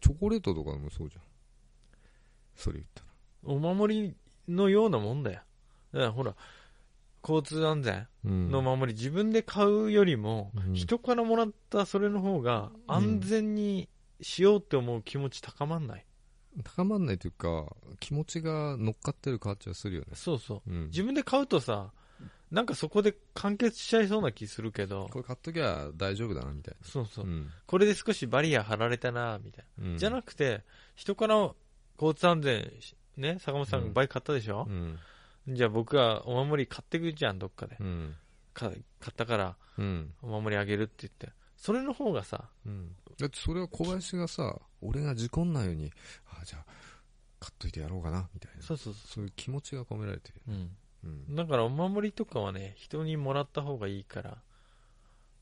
[SPEAKER 1] チョコレートとかもそうじゃんそれ言ったら
[SPEAKER 2] お守りのようなもんだよだからほら交通安全
[SPEAKER 1] うん
[SPEAKER 2] の守り、自分で買うよりも、
[SPEAKER 1] うん
[SPEAKER 2] 人からもらったそれの方が安全にしようって思う気持ち高まんない、
[SPEAKER 1] 高まんないというか気持ちが乗っかってる感じはするよね
[SPEAKER 2] そうそう
[SPEAKER 1] うん
[SPEAKER 2] 自分で買うとさなんかそこで完結しちゃいそうな気するけど
[SPEAKER 1] これ買っときゃ大丈夫だなみたい
[SPEAKER 2] そうそう、
[SPEAKER 1] なうん
[SPEAKER 2] これで少しバリア張られたなみたいな
[SPEAKER 1] うん
[SPEAKER 2] じゃなくて、人から交通安全し、ね、坂本さ
[SPEAKER 1] うん
[SPEAKER 2] んバイク買ったでしょ
[SPEAKER 1] う、ん
[SPEAKER 2] じゃあ僕はお守り買ってくじゃん、どっかで。
[SPEAKER 1] うん
[SPEAKER 2] か買ったから、
[SPEAKER 1] うん
[SPEAKER 2] お守りあげるって言って。それの方がさ、
[SPEAKER 1] うんだってそれは小林がさ俺が事故んないようにあじゃあ買っといてやろうかなみたいな
[SPEAKER 2] そうそう
[SPEAKER 1] そういう気持ちが込められてる、
[SPEAKER 2] そう。うん。
[SPEAKER 1] うん、
[SPEAKER 2] だからお守りとかはね、人にもらった方がいいから、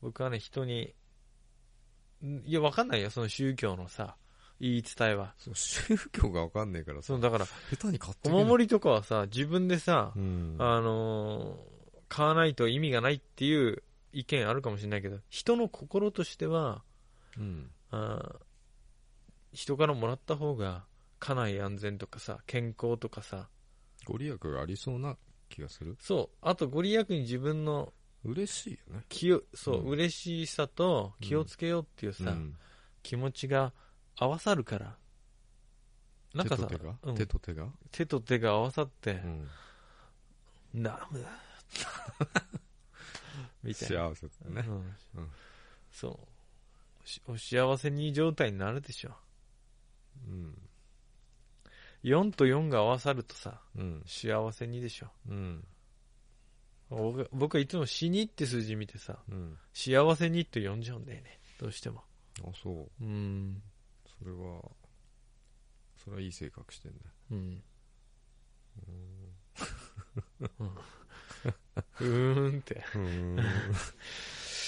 [SPEAKER 2] 僕はね、人に、んいや、わかんないよ、その宗教のさ、言い伝えは。
[SPEAKER 1] そう宗教が分かんねえから
[SPEAKER 2] そ
[SPEAKER 1] さ
[SPEAKER 2] の、だから、
[SPEAKER 1] 下手に買っ
[SPEAKER 2] お
[SPEAKER 1] とけない
[SPEAKER 2] 守りとかはさ、自分でさ、
[SPEAKER 1] うん
[SPEAKER 2] あのー買わないと意味がないっていう意見あるかもしれないけど人の心としては
[SPEAKER 1] うん
[SPEAKER 2] あー人からもらった方が家内安全とかさ健康とかさ
[SPEAKER 1] ご利益がありそうな気がする
[SPEAKER 2] そうあとご利益に自分の
[SPEAKER 1] 嬉しいよね
[SPEAKER 2] 気をそう、
[SPEAKER 1] うん
[SPEAKER 2] 嬉しさと気をつけようっていうさ、
[SPEAKER 1] うん
[SPEAKER 2] 気持ちが合わさるからなんかさ
[SPEAKER 1] 手と手が、
[SPEAKER 2] うん
[SPEAKER 1] 手と手が、
[SPEAKER 2] 手と手が合わさって
[SPEAKER 1] う、ん、
[SPEAKER 2] なむみたいな
[SPEAKER 1] 幸せだね、
[SPEAKER 2] うん
[SPEAKER 1] うん
[SPEAKER 2] そうしお幸せに状態になるでしょ
[SPEAKER 1] うん
[SPEAKER 2] 4と4が合わさるとさ
[SPEAKER 1] うん
[SPEAKER 2] 幸せにでしょ
[SPEAKER 1] うん
[SPEAKER 2] 僕僕はいつも「死に」って数字見てさ
[SPEAKER 1] うん
[SPEAKER 2] 「幸せに」って呼んじゃうんだよねどうしても
[SPEAKER 1] あそう
[SPEAKER 2] うん
[SPEAKER 1] それはそれはいい性格してんね
[SPEAKER 2] うんうーんって
[SPEAKER 1] うーん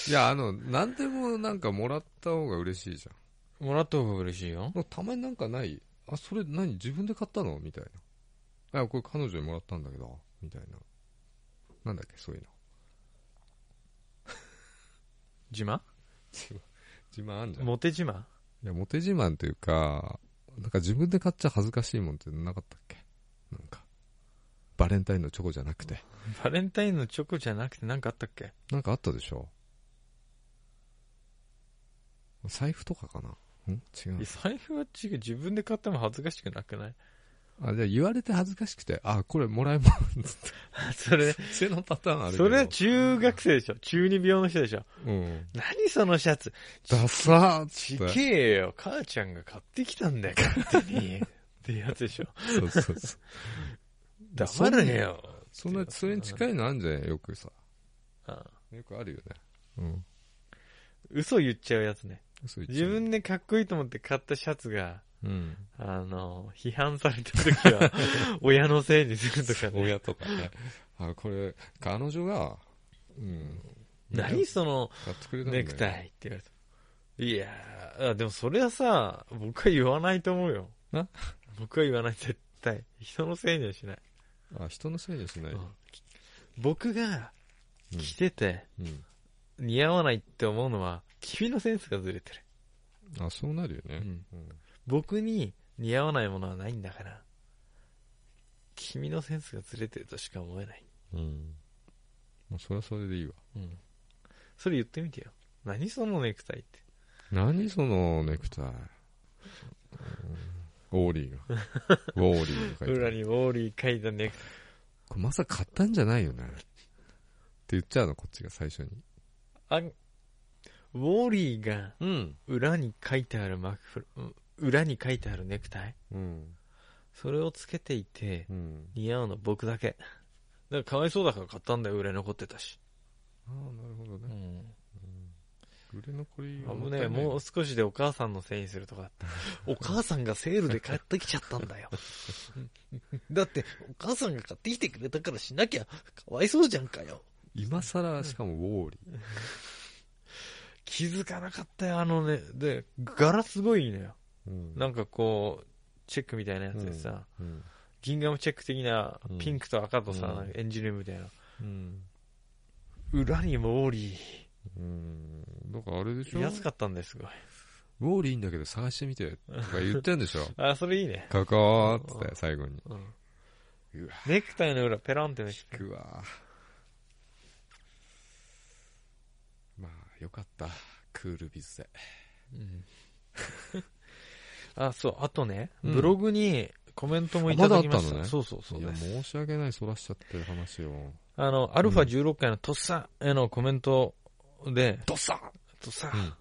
[SPEAKER 1] いやあの何でもなんかもらった方が嬉しいじゃ
[SPEAKER 2] もらった方が嬉しい
[SPEAKER 1] ん
[SPEAKER 2] よ
[SPEAKER 1] なんかたまになんかないあそれ何自分で買ったのみたいなあこれ彼女にもらったんだけどみたいななんだっけそういうの
[SPEAKER 2] 自慢
[SPEAKER 1] 自慢あんじゃんい
[SPEAKER 2] モテ自慢
[SPEAKER 1] やモテ自慢というかなんか自分で買っちゃ恥ずかしいもんってなかったっけなんかバレンタインのチョコじゃなくて
[SPEAKER 2] バレンタインのチョコじゃなくて何かあったっけ
[SPEAKER 1] なんかあったでしょ財布とかかなん違う
[SPEAKER 2] いや財布は違う自分で買っても恥ずかしくなくない
[SPEAKER 1] あ、じゃあ言われて恥ずかしくて、あ、これもらえますっつって。
[SPEAKER 2] そ れ、
[SPEAKER 1] そっちのパターンあるけど。
[SPEAKER 2] それは中学生でしょ。中二病の人でしょ。
[SPEAKER 1] うん。
[SPEAKER 2] 何そのシャツ。
[SPEAKER 1] ダサーっつ
[SPEAKER 2] ち
[SPEAKER 1] って。
[SPEAKER 2] げえよ。母ちゃんが買ってきたんだよ、勝手に。ってやつでしょ。
[SPEAKER 1] そうそうそう。
[SPEAKER 2] 黙れよ。
[SPEAKER 1] そんな、それに近いのあんじゃんよくさ。
[SPEAKER 2] あ
[SPEAKER 1] よくあるよね。うん。
[SPEAKER 2] 嘘言っちゃうやつね。
[SPEAKER 1] そう
[SPEAKER 2] 自分でかっこいいと思って買ったシャツが、
[SPEAKER 1] うん。
[SPEAKER 2] あの、批判された時 は、親のせいにするとかね。
[SPEAKER 1] 親とかね。あ、これ、彼女が、うん。
[SPEAKER 2] 何その、
[SPEAKER 1] 買ってくれたんだ
[SPEAKER 2] ネ
[SPEAKER 1] よ
[SPEAKER 2] クタイって言われた。いやー、あでもそれはさ、僕は言わないと思うよ。
[SPEAKER 1] な
[SPEAKER 2] 僕は言わない、絶対。人のせいにはしない。
[SPEAKER 1] あ、人のせいにしない。
[SPEAKER 2] うん僕が
[SPEAKER 1] うん
[SPEAKER 2] 着てて
[SPEAKER 1] うん。
[SPEAKER 2] 似合わないって思うのは、君のセンスがずれてる。
[SPEAKER 1] あ、そうなるよね。うん。
[SPEAKER 2] 僕に似合わないものはないんだから、君のセンスがずれてるとしか思えない。
[SPEAKER 1] うん。まあ、それはそれでいいわ。
[SPEAKER 2] うん。それ言ってみてよ。何そのネクタイって。
[SPEAKER 1] 何そのネクタイ。うんウォーリー が。ウォーリーが書いてあ
[SPEAKER 2] 裏
[SPEAKER 1] る。
[SPEAKER 2] にウォーリー書いたネクタイ。
[SPEAKER 1] これまさか買ったんじゃないよね。って言っちゃうの、こっちが最初に。
[SPEAKER 2] あ、ウォーリーが
[SPEAKER 1] うん。
[SPEAKER 2] 裏に書いてあるマフラー、裏に書いてあるネクタイ
[SPEAKER 1] うん。
[SPEAKER 2] それをつけていて、
[SPEAKER 1] うん。
[SPEAKER 2] 似合うの僕だけ。だからかわいそうだから買ったんだよ、売れ残ってたし。
[SPEAKER 1] ああ、なるほど
[SPEAKER 2] う
[SPEAKER 1] ね。
[SPEAKER 2] ん。
[SPEAKER 1] 売れ残り
[SPEAKER 2] あもうね、もう少しでお母さんのせいにするとかだった。お母さんがセールで買ってきちゃったん だよ。だって、お母さんが買ってきてくれたからしなきゃ、かわいそうじゃんかよ。
[SPEAKER 1] 今さら、しかもウォーリー。
[SPEAKER 2] 気づかなかったよ、あのね。で、柄すごいのよ。
[SPEAKER 1] うん
[SPEAKER 2] なんかこう、チェックみたいなやつでさ、
[SPEAKER 1] うん。
[SPEAKER 2] ギンガムチェック的な
[SPEAKER 1] うん
[SPEAKER 2] ピンクと赤とさ、
[SPEAKER 1] うん
[SPEAKER 2] なんかエンジニアみたいな。
[SPEAKER 1] うん。
[SPEAKER 2] 裏にもオーリ
[SPEAKER 1] うん。だからあれでし
[SPEAKER 2] ー。
[SPEAKER 1] ょ
[SPEAKER 2] 安かったんです、すごい。
[SPEAKER 1] ウォーリーいいんだけど探してみて。とか言ってんで しょ
[SPEAKER 2] あ、それいいね。
[SPEAKER 1] 書こうっつって、最後に。
[SPEAKER 2] うん
[SPEAKER 1] うわ
[SPEAKER 2] ネクタイの裏、ペランってめく
[SPEAKER 1] くわまあよかったクールビズで
[SPEAKER 2] うん、 あ、そう、あとね、
[SPEAKER 1] うん
[SPEAKER 2] ブログにコメントもいただきまし。
[SPEAKER 1] あまだあったたのね
[SPEAKER 2] そうそうそう
[SPEAKER 1] い
[SPEAKER 2] で
[SPEAKER 1] や
[SPEAKER 2] す。
[SPEAKER 1] 申し訳ないそらしちゃってる話を
[SPEAKER 2] あの、アルファ16回のとっさへのコメントで、
[SPEAKER 1] ドサ
[SPEAKER 2] とさ、
[SPEAKER 1] うん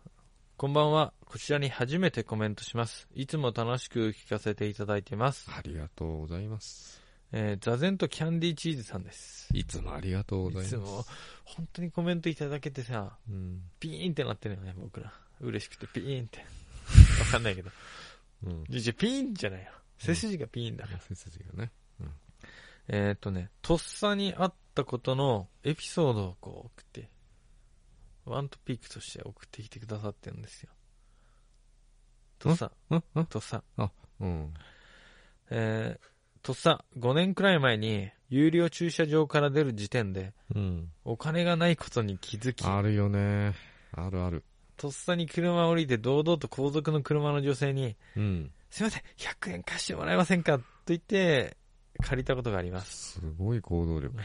[SPEAKER 2] こんばんは。こちらに初めてコメントします。いつも楽しく聞かせていただいてます。
[SPEAKER 1] ありがとうございます
[SPEAKER 2] えー、座禅とキャンディーチーズさんです。
[SPEAKER 1] いつもありがとうございます
[SPEAKER 2] いつも、本当にコメントいただけてさ、
[SPEAKER 1] うん
[SPEAKER 2] ピーンってなってるよね、僕ら。嬉しくてピーンって。わかんないけど。
[SPEAKER 1] うん
[SPEAKER 2] じゃ、じゃ、ピーンじゃないよ。背筋がピーンだから。
[SPEAKER 1] 背筋がね
[SPEAKER 2] えーっとね、とっさにあったことのエピソードをこう送って、ワントピークとして送ってきてくださってるんですよ。とっさ、
[SPEAKER 1] うんうん
[SPEAKER 2] とっさ。
[SPEAKER 1] うん
[SPEAKER 2] えー、とっさ、5年くらい前に、有料駐車場から出る時点で、
[SPEAKER 1] うん
[SPEAKER 2] お金がないことに気づき、
[SPEAKER 1] あるよねあるある
[SPEAKER 2] とっさに車を降りて堂々と後続の車の女性に、
[SPEAKER 1] うん
[SPEAKER 2] すいません、100円貸してもらえませんかと言って、借りたことがありま
[SPEAKER 1] す
[SPEAKER 2] す。
[SPEAKER 1] ごい行動力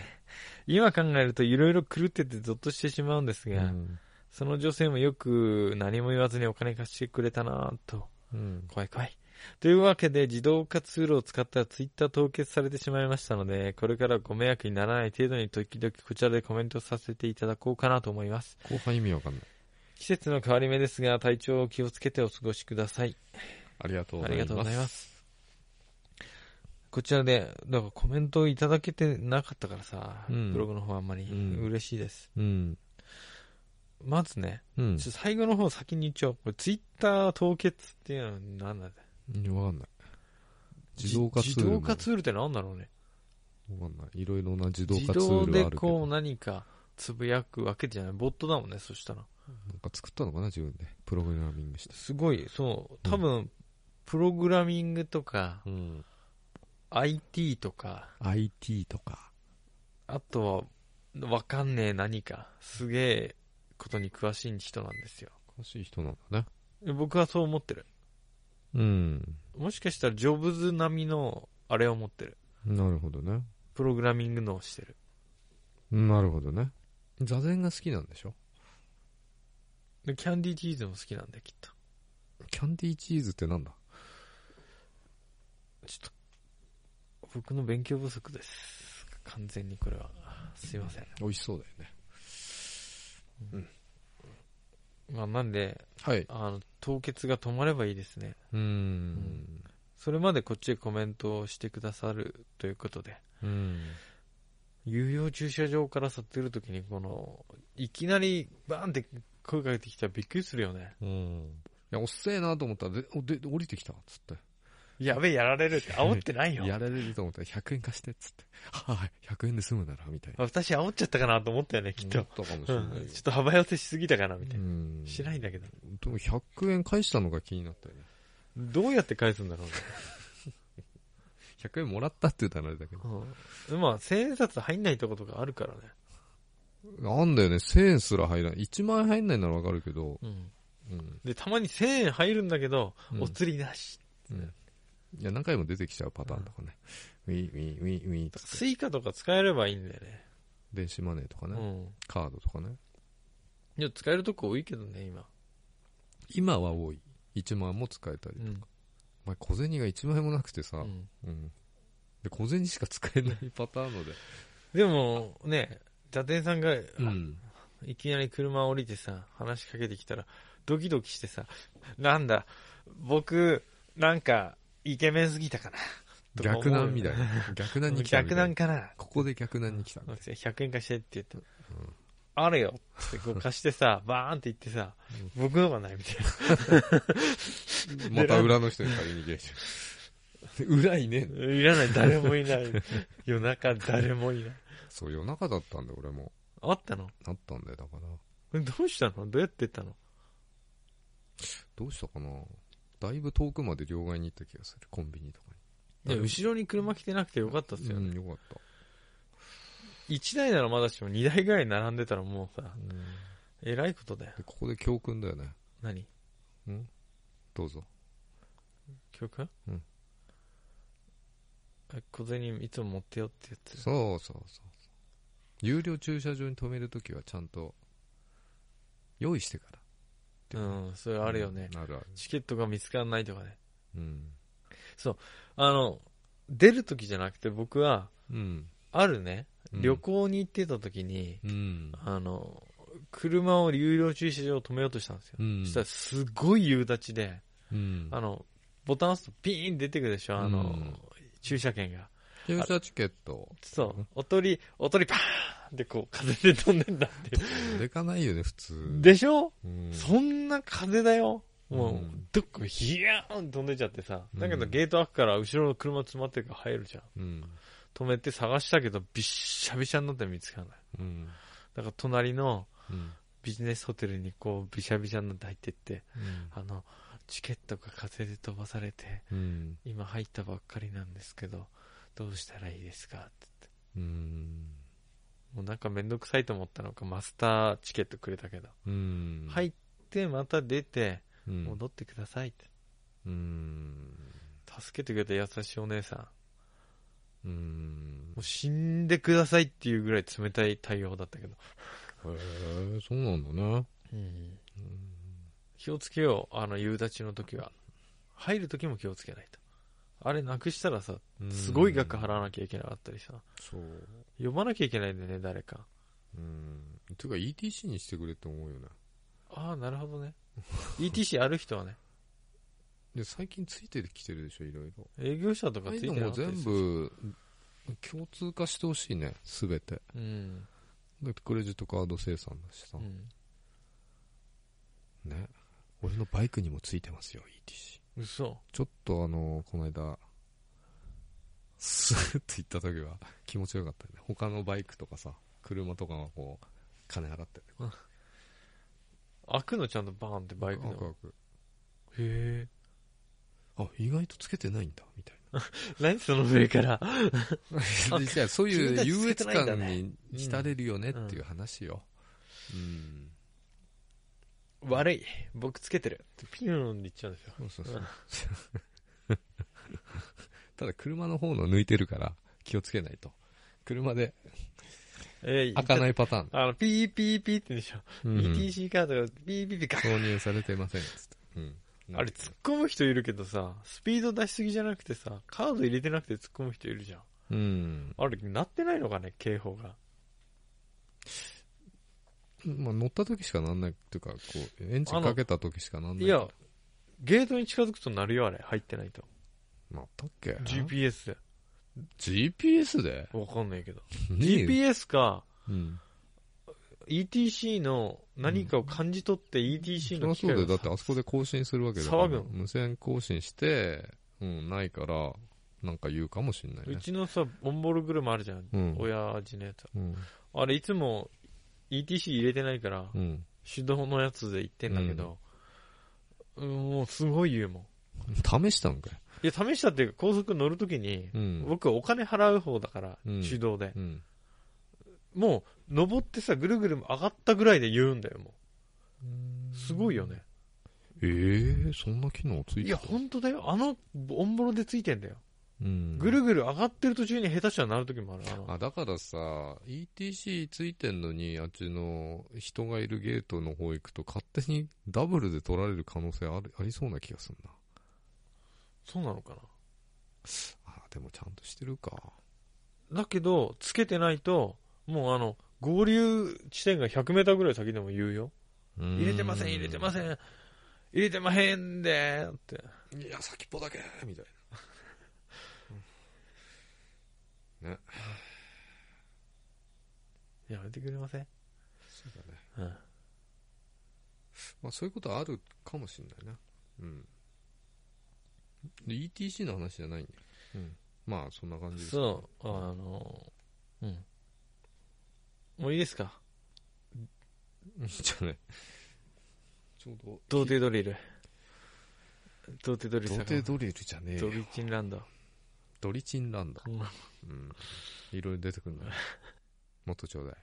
[SPEAKER 2] 今考えると色々狂っててゾッとしてしまうんです
[SPEAKER 1] う
[SPEAKER 2] が、
[SPEAKER 1] ん
[SPEAKER 2] その女性もよく何も言わずにお金貸してくれたなぁと。
[SPEAKER 1] うん
[SPEAKER 2] 怖い怖い。というわけで、自動化ツールを使ったツイッター凍結されてしまいましたので、これからご迷惑にならない程度に時々こちらでコメントさせていただこうかなと思います。
[SPEAKER 1] 後半意味わかんない
[SPEAKER 2] 季節の変わり目ですが、体調を気をつけてお過ごしください。
[SPEAKER 1] ありがとうご
[SPEAKER 2] あ
[SPEAKER 1] ざ
[SPEAKER 2] り
[SPEAKER 1] い
[SPEAKER 2] がとうご
[SPEAKER 1] ま
[SPEAKER 2] ざい
[SPEAKER 1] す
[SPEAKER 2] ます。こちらで、だからコメントをいただけてなかったからさ、
[SPEAKER 1] うん
[SPEAKER 2] ブログの方あんまり
[SPEAKER 1] うん
[SPEAKER 2] 嬉しいです。
[SPEAKER 1] うん
[SPEAKER 2] まずね、
[SPEAKER 1] うん
[SPEAKER 2] ちょっと最後の方先に言っちゃおう。これツイッター凍結っていうのは何なんだ
[SPEAKER 1] うんわかんない自動化ツール
[SPEAKER 2] 自
[SPEAKER 1] も
[SPEAKER 2] 動化ツールって何だろうね。
[SPEAKER 1] わかんない。いろいろな自動
[SPEAKER 2] 自
[SPEAKER 1] 化ツー
[SPEAKER 2] 動
[SPEAKER 1] ルはあ
[SPEAKER 2] で
[SPEAKER 1] るけ
[SPEAKER 2] こ
[SPEAKER 1] ど。
[SPEAKER 2] う何かつぶやくわけじゃない。ボットだもんね、そしたら。
[SPEAKER 1] なんか作ったのかな、自分で。プログラミングして。
[SPEAKER 2] すごい、そう、多分、プログラミングとか、
[SPEAKER 1] うん。
[SPEAKER 2] IT とか、
[SPEAKER 1] IT とか。
[SPEAKER 2] あとは、わかんねえ何か、すげえことに詳しい人なんですよ。
[SPEAKER 1] 詳しい人なんだね。
[SPEAKER 2] 僕はそう思ってる。
[SPEAKER 1] うん。
[SPEAKER 2] もしかしたら、ジョブズ並みの、あれを持ってる。
[SPEAKER 1] なるほどね。
[SPEAKER 2] プログラミングのをしてる。
[SPEAKER 1] なるほどね。座禅が好きなんでしょ
[SPEAKER 2] でキャンディーチーズも好きなんだよ、きっと。
[SPEAKER 1] キャンディーチーズってなんだ
[SPEAKER 2] ちょっと、僕の勉強不足です。完全にこれは。すいません。
[SPEAKER 1] 美味しそうだよね。
[SPEAKER 2] まあ、なんで、
[SPEAKER 1] はい。
[SPEAKER 2] あの、凍結が止まればいいですね。
[SPEAKER 1] うーん。
[SPEAKER 2] それまでこっちへコメントをしてくださるということで、
[SPEAKER 1] うん。
[SPEAKER 2] 有料駐車場から去ってるときに、この、いきなりバーンって声かけてきたらびっくりするよね。
[SPEAKER 1] うん。いや、おっせえなと思ったら、で、おで降りてきた、つって。
[SPEAKER 2] やべえ、やられるって。煽ってないよ。
[SPEAKER 1] やられると思ったら、100円貸して、つって。はい、100円で済むなら、みたいな。
[SPEAKER 2] 私煽っちゃったかなと思ったよね、きっと
[SPEAKER 1] 思。ったかもし
[SPEAKER 2] う
[SPEAKER 1] れ
[SPEAKER 2] ん
[SPEAKER 1] ないよ
[SPEAKER 2] ちょっと幅寄せしすぎたかな、みたいうな。
[SPEAKER 1] ん。
[SPEAKER 2] しないんだけど。
[SPEAKER 1] でも100円返したのが気になったよね。
[SPEAKER 2] どうやって返すんだろうね。
[SPEAKER 1] 100円もらったって言ったらあれだけど。
[SPEAKER 2] うん、まあ、千円札入んないとことがあるからね。
[SPEAKER 1] なんだよね、1000円すら入らない。1万円入んないならわかるけど、
[SPEAKER 2] うん。
[SPEAKER 1] うん。
[SPEAKER 2] で、たまに千円入るんだけど、
[SPEAKER 1] うん
[SPEAKER 2] お釣りなし。
[SPEAKER 1] うんいや、何回も出てきちゃうパターンとかね。ウィー、ウィー、ウィー、ウィーとか、
[SPEAKER 2] スイカとか使えればいいんだよね。
[SPEAKER 1] 電子マネーとか
[SPEAKER 2] う
[SPEAKER 1] ね、
[SPEAKER 2] ん。
[SPEAKER 1] カードとかね。
[SPEAKER 2] いや、使えるとこ多いけどね、今。
[SPEAKER 1] 今は多い。1万円も使えたり
[SPEAKER 2] う。ん。
[SPEAKER 1] お前小銭が1万円もなくてさ、
[SPEAKER 2] うん
[SPEAKER 1] うん。で、小銭しか使えないパターンので。
[SPEAKER 2] でも、ね、伊達さんが、
[SPEAKER 1] うん。
[SPEAKER 2] いきなり車降りてさ、話しかけてきたら、ドキドキしてさ、なんだ、僕、なんか、イケメンすぎたかな。とか思う
[SPEAKER 1] 逆難みたいな。逆難に来たみた
[SPEAKER 2] 逆
[SPEAKER 1] いな。
[SPEAKER 2] なんかな。
[SPEAKER 1] ここで逆難に 来たみたい
[SPEAKER 2] 100円貸してって言って、あるよってこう貸して さ、バーンって言ってさ、僕のがないみたい
[SPEAKER 1] な。また裏の人に借りに行けち ゃう。裏いねえの
[SPEAKER 2] な。いらない、誰もいない。夜中誰もいない。
[SPEAKER 1] そう、夜中だったんだよ、俺も。
[SPEAKER 2] あったの
[SPEAKER 1] なったんだよ、だから。
[SPEAKER 2] どうしたのどうやってったの
[SPEAKER 1] どうしたかなだいぶ遠くまで両替に行った気がする。コンビニとか
[SPEAKER 2] い
[SPEAKER 1] に。
[SPEAKER 2] や、後ろに車来てなくてよかったっすよ
[SPEAKER 1] う
[SPEAKER 2] ね。
[SPEAKER 1] ん、よかった。
[SPEAKER 2] 1台ならまだしも2台ぐらい並んでたらもうさ、
[SPEAKER 1] うん
[SPEAKER 2] えらいことだよ。
[SPEAKER 1] で、ここで教訓だよね。
[SPEAKER 2] 何
[SPEAKER 1] どうぞ。
[SPEAKER 2] 教訓
[SPEAKER 1] うん
[SPEAKER 2] あ小銭いつも持ってよってやつ。
[SPEAKER 1] そうそうそう。有料駐車場に止めるときはちゃんと、用意してから。
[SPEAKER 2] うん、それあるよね。
[SPEAKER 1] うんあるある。
[SPEAKER 2] チケットが見つからないとかね。
[SPEAKER 1] うん。
[SPEAKER 2] あの、出る時じゃなくて僕は、
[SPEAKER 1] うん。
[SPEAKER 2] あるね、
[SPEAKER 1] うん
[SPEAKER 2] 旅行に行ってた時に、
[SPEAKER 1] うん。
[SPEAKER 2] あの、車を有料駐車場を止めようとしたんですよ。
[SPEAKER 1] うん。
[SPEAKER 2] そしたらすごい夕立ちで、
[SPEAKER 1] うん。
[SPEAKER 2] あの、ボタン押すとピーン出てくるでしょ、あの、
[SPEAKER 1] うん
[SPEAKER 2] 駐車券が。
[SPEAKER 1] 駐車チケット。
[SPEAKER 2] そう、おとり、おとりパーンってこう 風で飛んでんだって。
[SPEAKER 1] でかないよね、普通。
[SPEAKER 2] でしょ、
[SPEAKER 1] うん、
[SPEAKER 2] そんな風だよ。もう、
[SPEAKER 1] うん
[SPEAKER 2] どっかヒヤーン飛んでっちゃってさ。だけど
[SPEAKER 1] うん
[SPEAKER 2] ゲート開くから後ろの車詰まってるから入るじゃん。
[SPEAKER 1] うん。
[SPEAKER 2] 止めて探したけど、びっしゃびしゃになって見つからない。
[SPEAKER 1] うん。
[SPEAKER 2] だから隣の
[SPEAKER 1] うん。
[SPEAKER 2] ビジネスホテルにこう、びしゃびしゃになって入ってって、
[SPEAKER 1] うん
[SPEAKER 2] あの、チケットが風で飛ばされて、
[SPEAKER 1] うん。
[SPEAKER 2] 今入ったばっかりなんですけど、どうしたらいいですかって。
[SPEAKER 1] うん。
[SPEAKER 2] もうなんかめんどくさいと思ったのか、マスターチケットくれたけど。
[SPEAKER 1] うん。
[SPEAKER 2] 入って、また出て、
[SPEAKER 1] うん。
[SPEAKER 2] 戻ってくださいって。
[SPEAKER 1] うん。
[SPEAKER 2] 助けてくれた優しいお姉さ
[SPEAKER 1] う
[SPEAKER 2] ん。
[SPEAKER 1] ん
[SPEAKER 2] もう。死んでくださいっていうぐらい冷たい対応だったけど。
[SPEAKER 1] へえ、そうなんだね。
[SPEAKER 2] う
[SPEAKER 1] う
[SPEAKER 2] ん
[SPEAKER 1] ん
[SPEAKER 2] 気をつけよう、あの夕立ちの時は。入る時も気をつけないと。あれなくしたらさ、すごい額払わなきゃいけなかったりさ、
[SPEAKER 1] そう。
[SPEAKER 2] 呼ばなきゃいけないんだよね、誰か。
[SPEAKER 1] うん。てか ETC にしてくれって思うよね。
[SPEAKER 2] ああ、なるほ どね。ETC ある人はね、
[SPEAKER 1] で、最近ついてきてるでしょ、いろいろ。
[SPEAKER 2] 営業者と
[SPEAKER 1] あ
[SPEAKER 2] か
[SPEAKER 1] あ
[SPEAKER 2] つ
[SPEAKER 1] い
[SPEAKER 2] いうて
[SPEAKER 1] の
[SPEAKER 2] なか
[SPEAKER 1] も
[SPEAKER 2] ったり
[SPEAKER 1] 全
[SPEAKER 2] する。
[SPEAKER 1] 部、共通化してほしいね、すべて。
[SPEAKER 2] うん。
[SPEAKER 1] だってクレジットカード生産だしさ
[SPEAKER 2] う。ん。
[SPEAKER 1] ね。俺のバイクにもついてますよ、ETC。
[SPEAKER 2] 嘘。
[SPEAKER 1] ちょっとあの、この間、スーッて行った時は気持ちよかったよね。他のバイクとかさ、車とかはこう、金払ってね。
[SPEAKER 2] 開くのちゃんとバーンってバイク
[SPEAKER 1] ワク
[SPEAKER 2] の。
[SPEAKER 1] ワク
[SPEAKER 2] へえ。
[SPEAKER 1] あ、意外とつけてないんだ、みたいな。
[SPEAKER 2] 何その上から。
[SPEAKER 1] いやそういう優越感に
[SPEAKER 2] うん
[SPEAKER 1] 浸れるよねっていう話よ。うん。
[SPEAKER 2] 悪い。僕つけてる。ピューンって言っちゃうんですよ。
[SPEAKER 1] そうそうそう。 ただ車の方の抜いてるから気をつけないと。車で
[SPEAKER 2] えー
[SPEAKER 1] 開かないパターン。
[SPEAKER 2] あの、ピーピーピーって言うんでしょ。
[SPEAKER 1] うん
[SPEAKER 2] ETC カードがピーピーピーガッ
[SPEAKER 1] 挿入されてませんっつって。うん。
[SPEAKER 2] あれ突っ込む人いるけどさ、スピード出しすぎじゃなくてさ、カード入れてなくて突っ込む人いるじゃん。
[SPEAKER 1] うん。
[SPEAKER 2] あれ、なってないのかね、警報が。
[SPEAKER 1] まあ、乗った時しかなんないっていうか、こう、エンジンかけた時しかなんない。
[SPEAKER 2] いや、、ゲートに近づくとなるよ、あれ。入ってないと。
[SPEAKER 1] なったっけ
[SPEAKER 2] GPS で。
[SPEAKER 1] GPS で
[SPEAKER 2] わかんないけど。
[SPEAKER 1] ね
[SPEAKER 2] GPS か、
[SPEAKER 1] えうん。
[SPEAKER 2] ETC の何かを感じ取って ETC
[SPEAKER 1] そり
[SPEAKER 2] の
[SPEAKER 1] ゃ
[SPEAKER 2] 機
[SPEAKER 1] そうだ
[SPEAKER 2] 械
[SPEAKER 1] よ。だ
[SPEAKER 2] を
[SPEAKER 1] って
[SPEAKER 2] さ
[SPEAKER 1] あそこで更新するわけだから。
[SPEAKER 2] 騒ぐの
[SPEAKER 1] 無線更新して、うん、ないから、なんか言うかもしんないうね。
[SPEAKER 2] ちのさ、ボンボル車あるじゃん。
[SPEAKER 1] うん。
[SPEAKER 2] 親父のやつ。
[SPEAKER 1] うん。
[SPEAKER 2] あれ、いつも ETC 入れてないから、
[SPEAKER 1] うん。
[SPEAKER 2] 手動のやつで行ってんだけど、うんもうすごい言うもん。
[SPEAKER 1] 試したんかい。
[SPEAKER 2] いや、試したっていうか、高速乗るときに、
[SPEAKER 1] うん。
[SPEAKER 2] 僕お金払う方だから、
[SPEAKER 1] うん
[SPEAKER 2] 手動で。
[SPEAKER 1] うん。
[SPEAKER 2] もう、登ってさ、ぐるぐる上がったぐらいで言うんだよ、もう。すごいよね。
[SPEAKER 1] ええそんな機能つい
[SPEAKER 2] い
[SPEAKER 1] て
[SPEAKER 2] や、
[SPEAKER 1] た
[SPEAKER 2] 本当だよ。あの、オンボロでついてんだよ。
[SPEAKER 1] うん。
[SPEAKER 2] ぐるぐる上がってる途中に下手したらなるときもある。あの
[SPEAKER 1] あだからさ ETC ついてんのにあっちの人がいるゲートの方行くと勝手に ダブルで取られる可能性あるありそうな気がするな
[SPEAKER 2] そうなのか
[SPEAKER 1] あでもちゃんとしてるか
[SPEAKER 2] な。だけど、つけてないと、もうあの、合流地点が100メーターぐらい先でも言うよ。入れてません、入れてません。入れてまへんでーって。
[SPEAKER 1] んいや先っぽだけみたいなね
[SPEAKER 2] やめてくれません
[SPEAKER 1] そうだね、
[SPEAKER 2] うん。
[SPEAKER 1] まあ、そういうことあるかもしれないなうんで ETC の話じゃないんだよ、うん、まあそんな感じです
[SPEAKER 2] そう、あの、うん。もういいですか
[SPEAKER 1] うんじゃあ ねちょうど
[SPEAKER 2] 童貞ドリル。童貞ドリル
[SPEAKER 1] 童
[SPEAKER 2] さ
[SPEAKER 1] 貞ドリルじゃねえ
[SPEAKER 2] ド
[SPEAKER 1] よ
[SPEAKER 2] リチンランド。
[SPEAKER 1] ドリチンランド。
[SPEAKER 2] うん
[SPEAKER 1] うん。いろいろ出てくるんだ。 もっとちょうだい。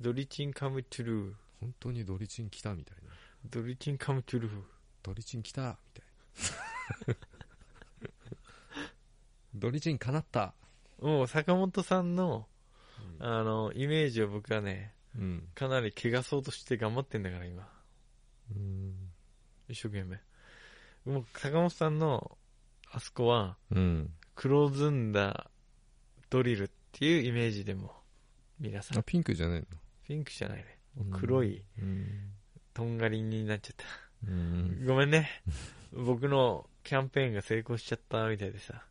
[SPEAKER 2] ドリチンカムトゥルー。
[SPEAKER 1] 本当にドリチン来たみたいな。
[SPEAKER 2] ドリチンカムトゥルー。
[SPEAKER 1] ドリチン来たみたい な。ドリチン叶った。
[SPEAKER 2] もう坂本さんの、
[SPEAKER 1] うん
[SPEAKER 2] あの、イメージを僕はね、
[SPEAKER 1] うん。
[SPEAKER 2] かなり汚そうとして頑張ってんだから今。
[SPEAKER 1] うん。
[SPEAKER 2] 一生懸命。もう坂本さんの、あそこは、
[SPEAKER 1] うん。
[SPEAKER 2] 黒ずんだドリルっていうイメージでも、皆さ
[SPEAKER 1] あ、
[SPEAKER 2] ん、
[SPEAKER 1] ピンクじゃね
[SPEAKER 2] ピンクじゃないね。
[SPEAKER 1] えの
[SPEAKER 2] 黒
[SPEAKER 1] い。
[SPEAKER 2] い、
[SPEAKER 1] うん。
[SPEAKER 2] とんがりになっちゃった。
[SPEAKER 1] うん
[SPEAKER 2] ごめんね。僕のキャンペーンが成功しちゃったみたいでさ。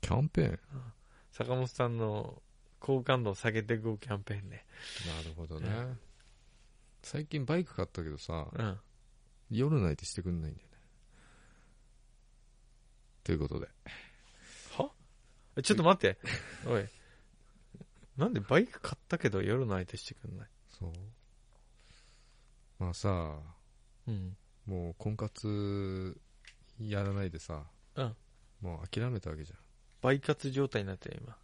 [SPEAKER 1] キャンペーン。な
[SPEAKER 2] 坂本さんの好感度を下げていこうキャンペーンね。
[SPEAKER 1] るほど
[SPEAKER 2] ね
[SPEAKER 1] ね。最近バイク買ったけどさ、
[SPEAKER 2] うん。
[SPEAKER 1] 夜ないてしてくんないんだよね。ということで。
[SPEAKER 2] えちょっと待って。おい。なんでバイク買ったけど夜の相手してくんない
[SPEAKER 1] そう。まあさ、
[SPEAKER 2] うん。
[SPEAKER 1] もう婚活やらないでさ、
[SPEAKER 2] うん
[SPEAKER 1] もう諦めたわけじゃん
[SPEAKER 2] バイ活状態になってる今。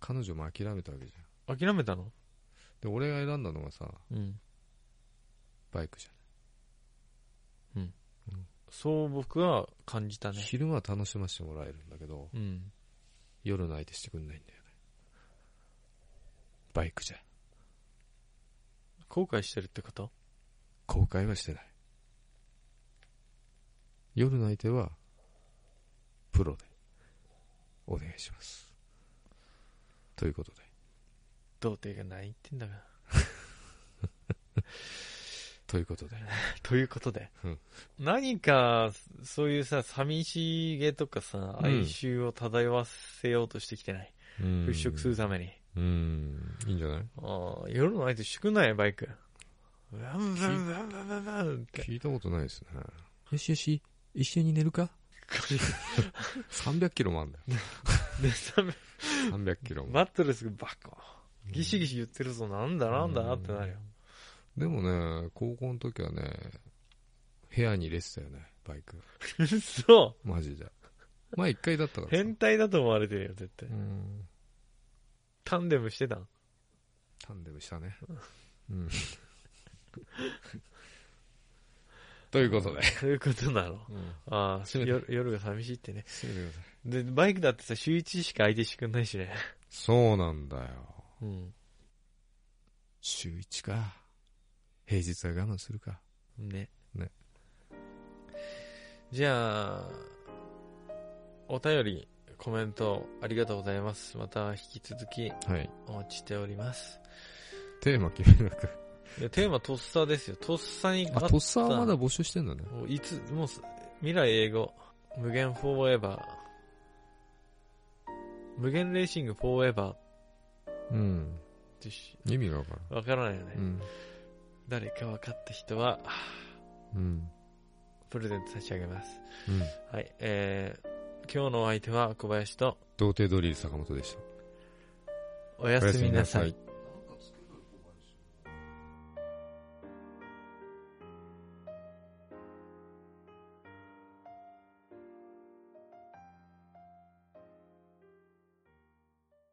[SPEAKER 1] 彼女も諦めたわけじゃん
[SPEAKER 2] 諦めたの
[SPEAKER 1] で俺が選んだのがさ
[SPEAKER 2] うん。
[SPEAKER 1] バイクじ
[SPEAKER 2] そう僕は感じた
[SPEAKER 1] ゃん、
[SPEAKER 2] ね。
[SPEAKER 1] 昼間は楽しませてもらえるんだけど
[SPEAKER 2] うん。
[SPEAKER 1] 夜の相手してくんないんだよねバイクじゃん
[SPEAKER 2] 後悔してるってこと
[SPEAKER 1] 後悔はしてない夜の相手はプロでお願いしますということで
[SPEAKER 2] 童貞がないってんだから。
[SPEAKER 1] ということで
[SPEAKER 2] ということで、
[SPEAKER 1] うん
[SPEAKER 2] 何かそういうさ寂しげとかさ
[SPEAKER 1] うん
[SPEAKER 2] 哀愁を漂わせようとしてきてない、払拭するために
[SPEAKER 1] うんいいんじゃない
[SPEAKER 2] ああ夜の相手してくんないバイクワンワンワンワンワンワンって
[SPEAKER 1] 聞いたことないですねよしよし一緒に寝る か300キロもあん だよ
[SPEAKER 2] でさ
[SPEAKER 1] 300キロも、
[SPEAKER 2] マットレスがバカギシギシ言ってるぞなんだなんだってなるよ
[SPEAKER 1] でもね高校の時はね部屋に入れてたよねバイク
[SPEAKER 2] そう
[SPEAKER 1] マジで前1回だったからさ
[SPEAKER 2] 変態だと思われてるよ絶対
[SPEAKER 1] うん
[SPEAKER 2] タンデムしてたん
[SPEAKER 1] タンデムしたねうん ということで、
[SPEAKER 2] そういうことなの
[SPEAKER 1] うん、
[SPEAKER 2] ああ
[SPEAKER 1] すいません
[SPEAKER 2] 夜夜が寂しいってねでバイクだってさ週1しか相手してくんないしね
[SPEAKER 1] そうなんだよ
[SPEAKER 2] うん
[SPEAKER 1] 週1か平日は我慢するか
[SPEAKER 2] ね。
[SPEAKER 1] ね
[SPEAKER 2] じゃあ、お便り、コメントありがとうございます。また引き続き
[SPEAKER 1] はい。
[SPEAKER 2] お待ちしております。
[SPEAKER 1] テーマ決めなく。
[SPEAKER 2] でテーマ、とっさですよ。とっさに
[SPEAKER 1] あ、
[SPEAKER 2] が
[SPEAKER 1] とっさはまだ募集してんだね。
[SPEAKER 2] もういつ、もうす、未来英語、無限フォーエバー、無限レーシングフォーエバーっ
[SPEAKER 1] うん。
[SPEAKER 2] てし
[SPEAKER 1] 意味がわから
[SPEAKER 2] わからないよね。
[SPEAKER 1] ん。うん。
[SPEAKER 2] 誰か分かった人は、
[SPEAKER 1] うん。
[SPEAKER 2] プレゼント差し上げます。
[SPEAKER 1] うん。
[SPEAKER 2] はい、えー、今日のお相手は小林と、
[SPEAKER 1] 童貞ドリル坂本でした。
[SPEAKER 2] おやすみなさい。
[SPEAKER 1] おやすみなさい。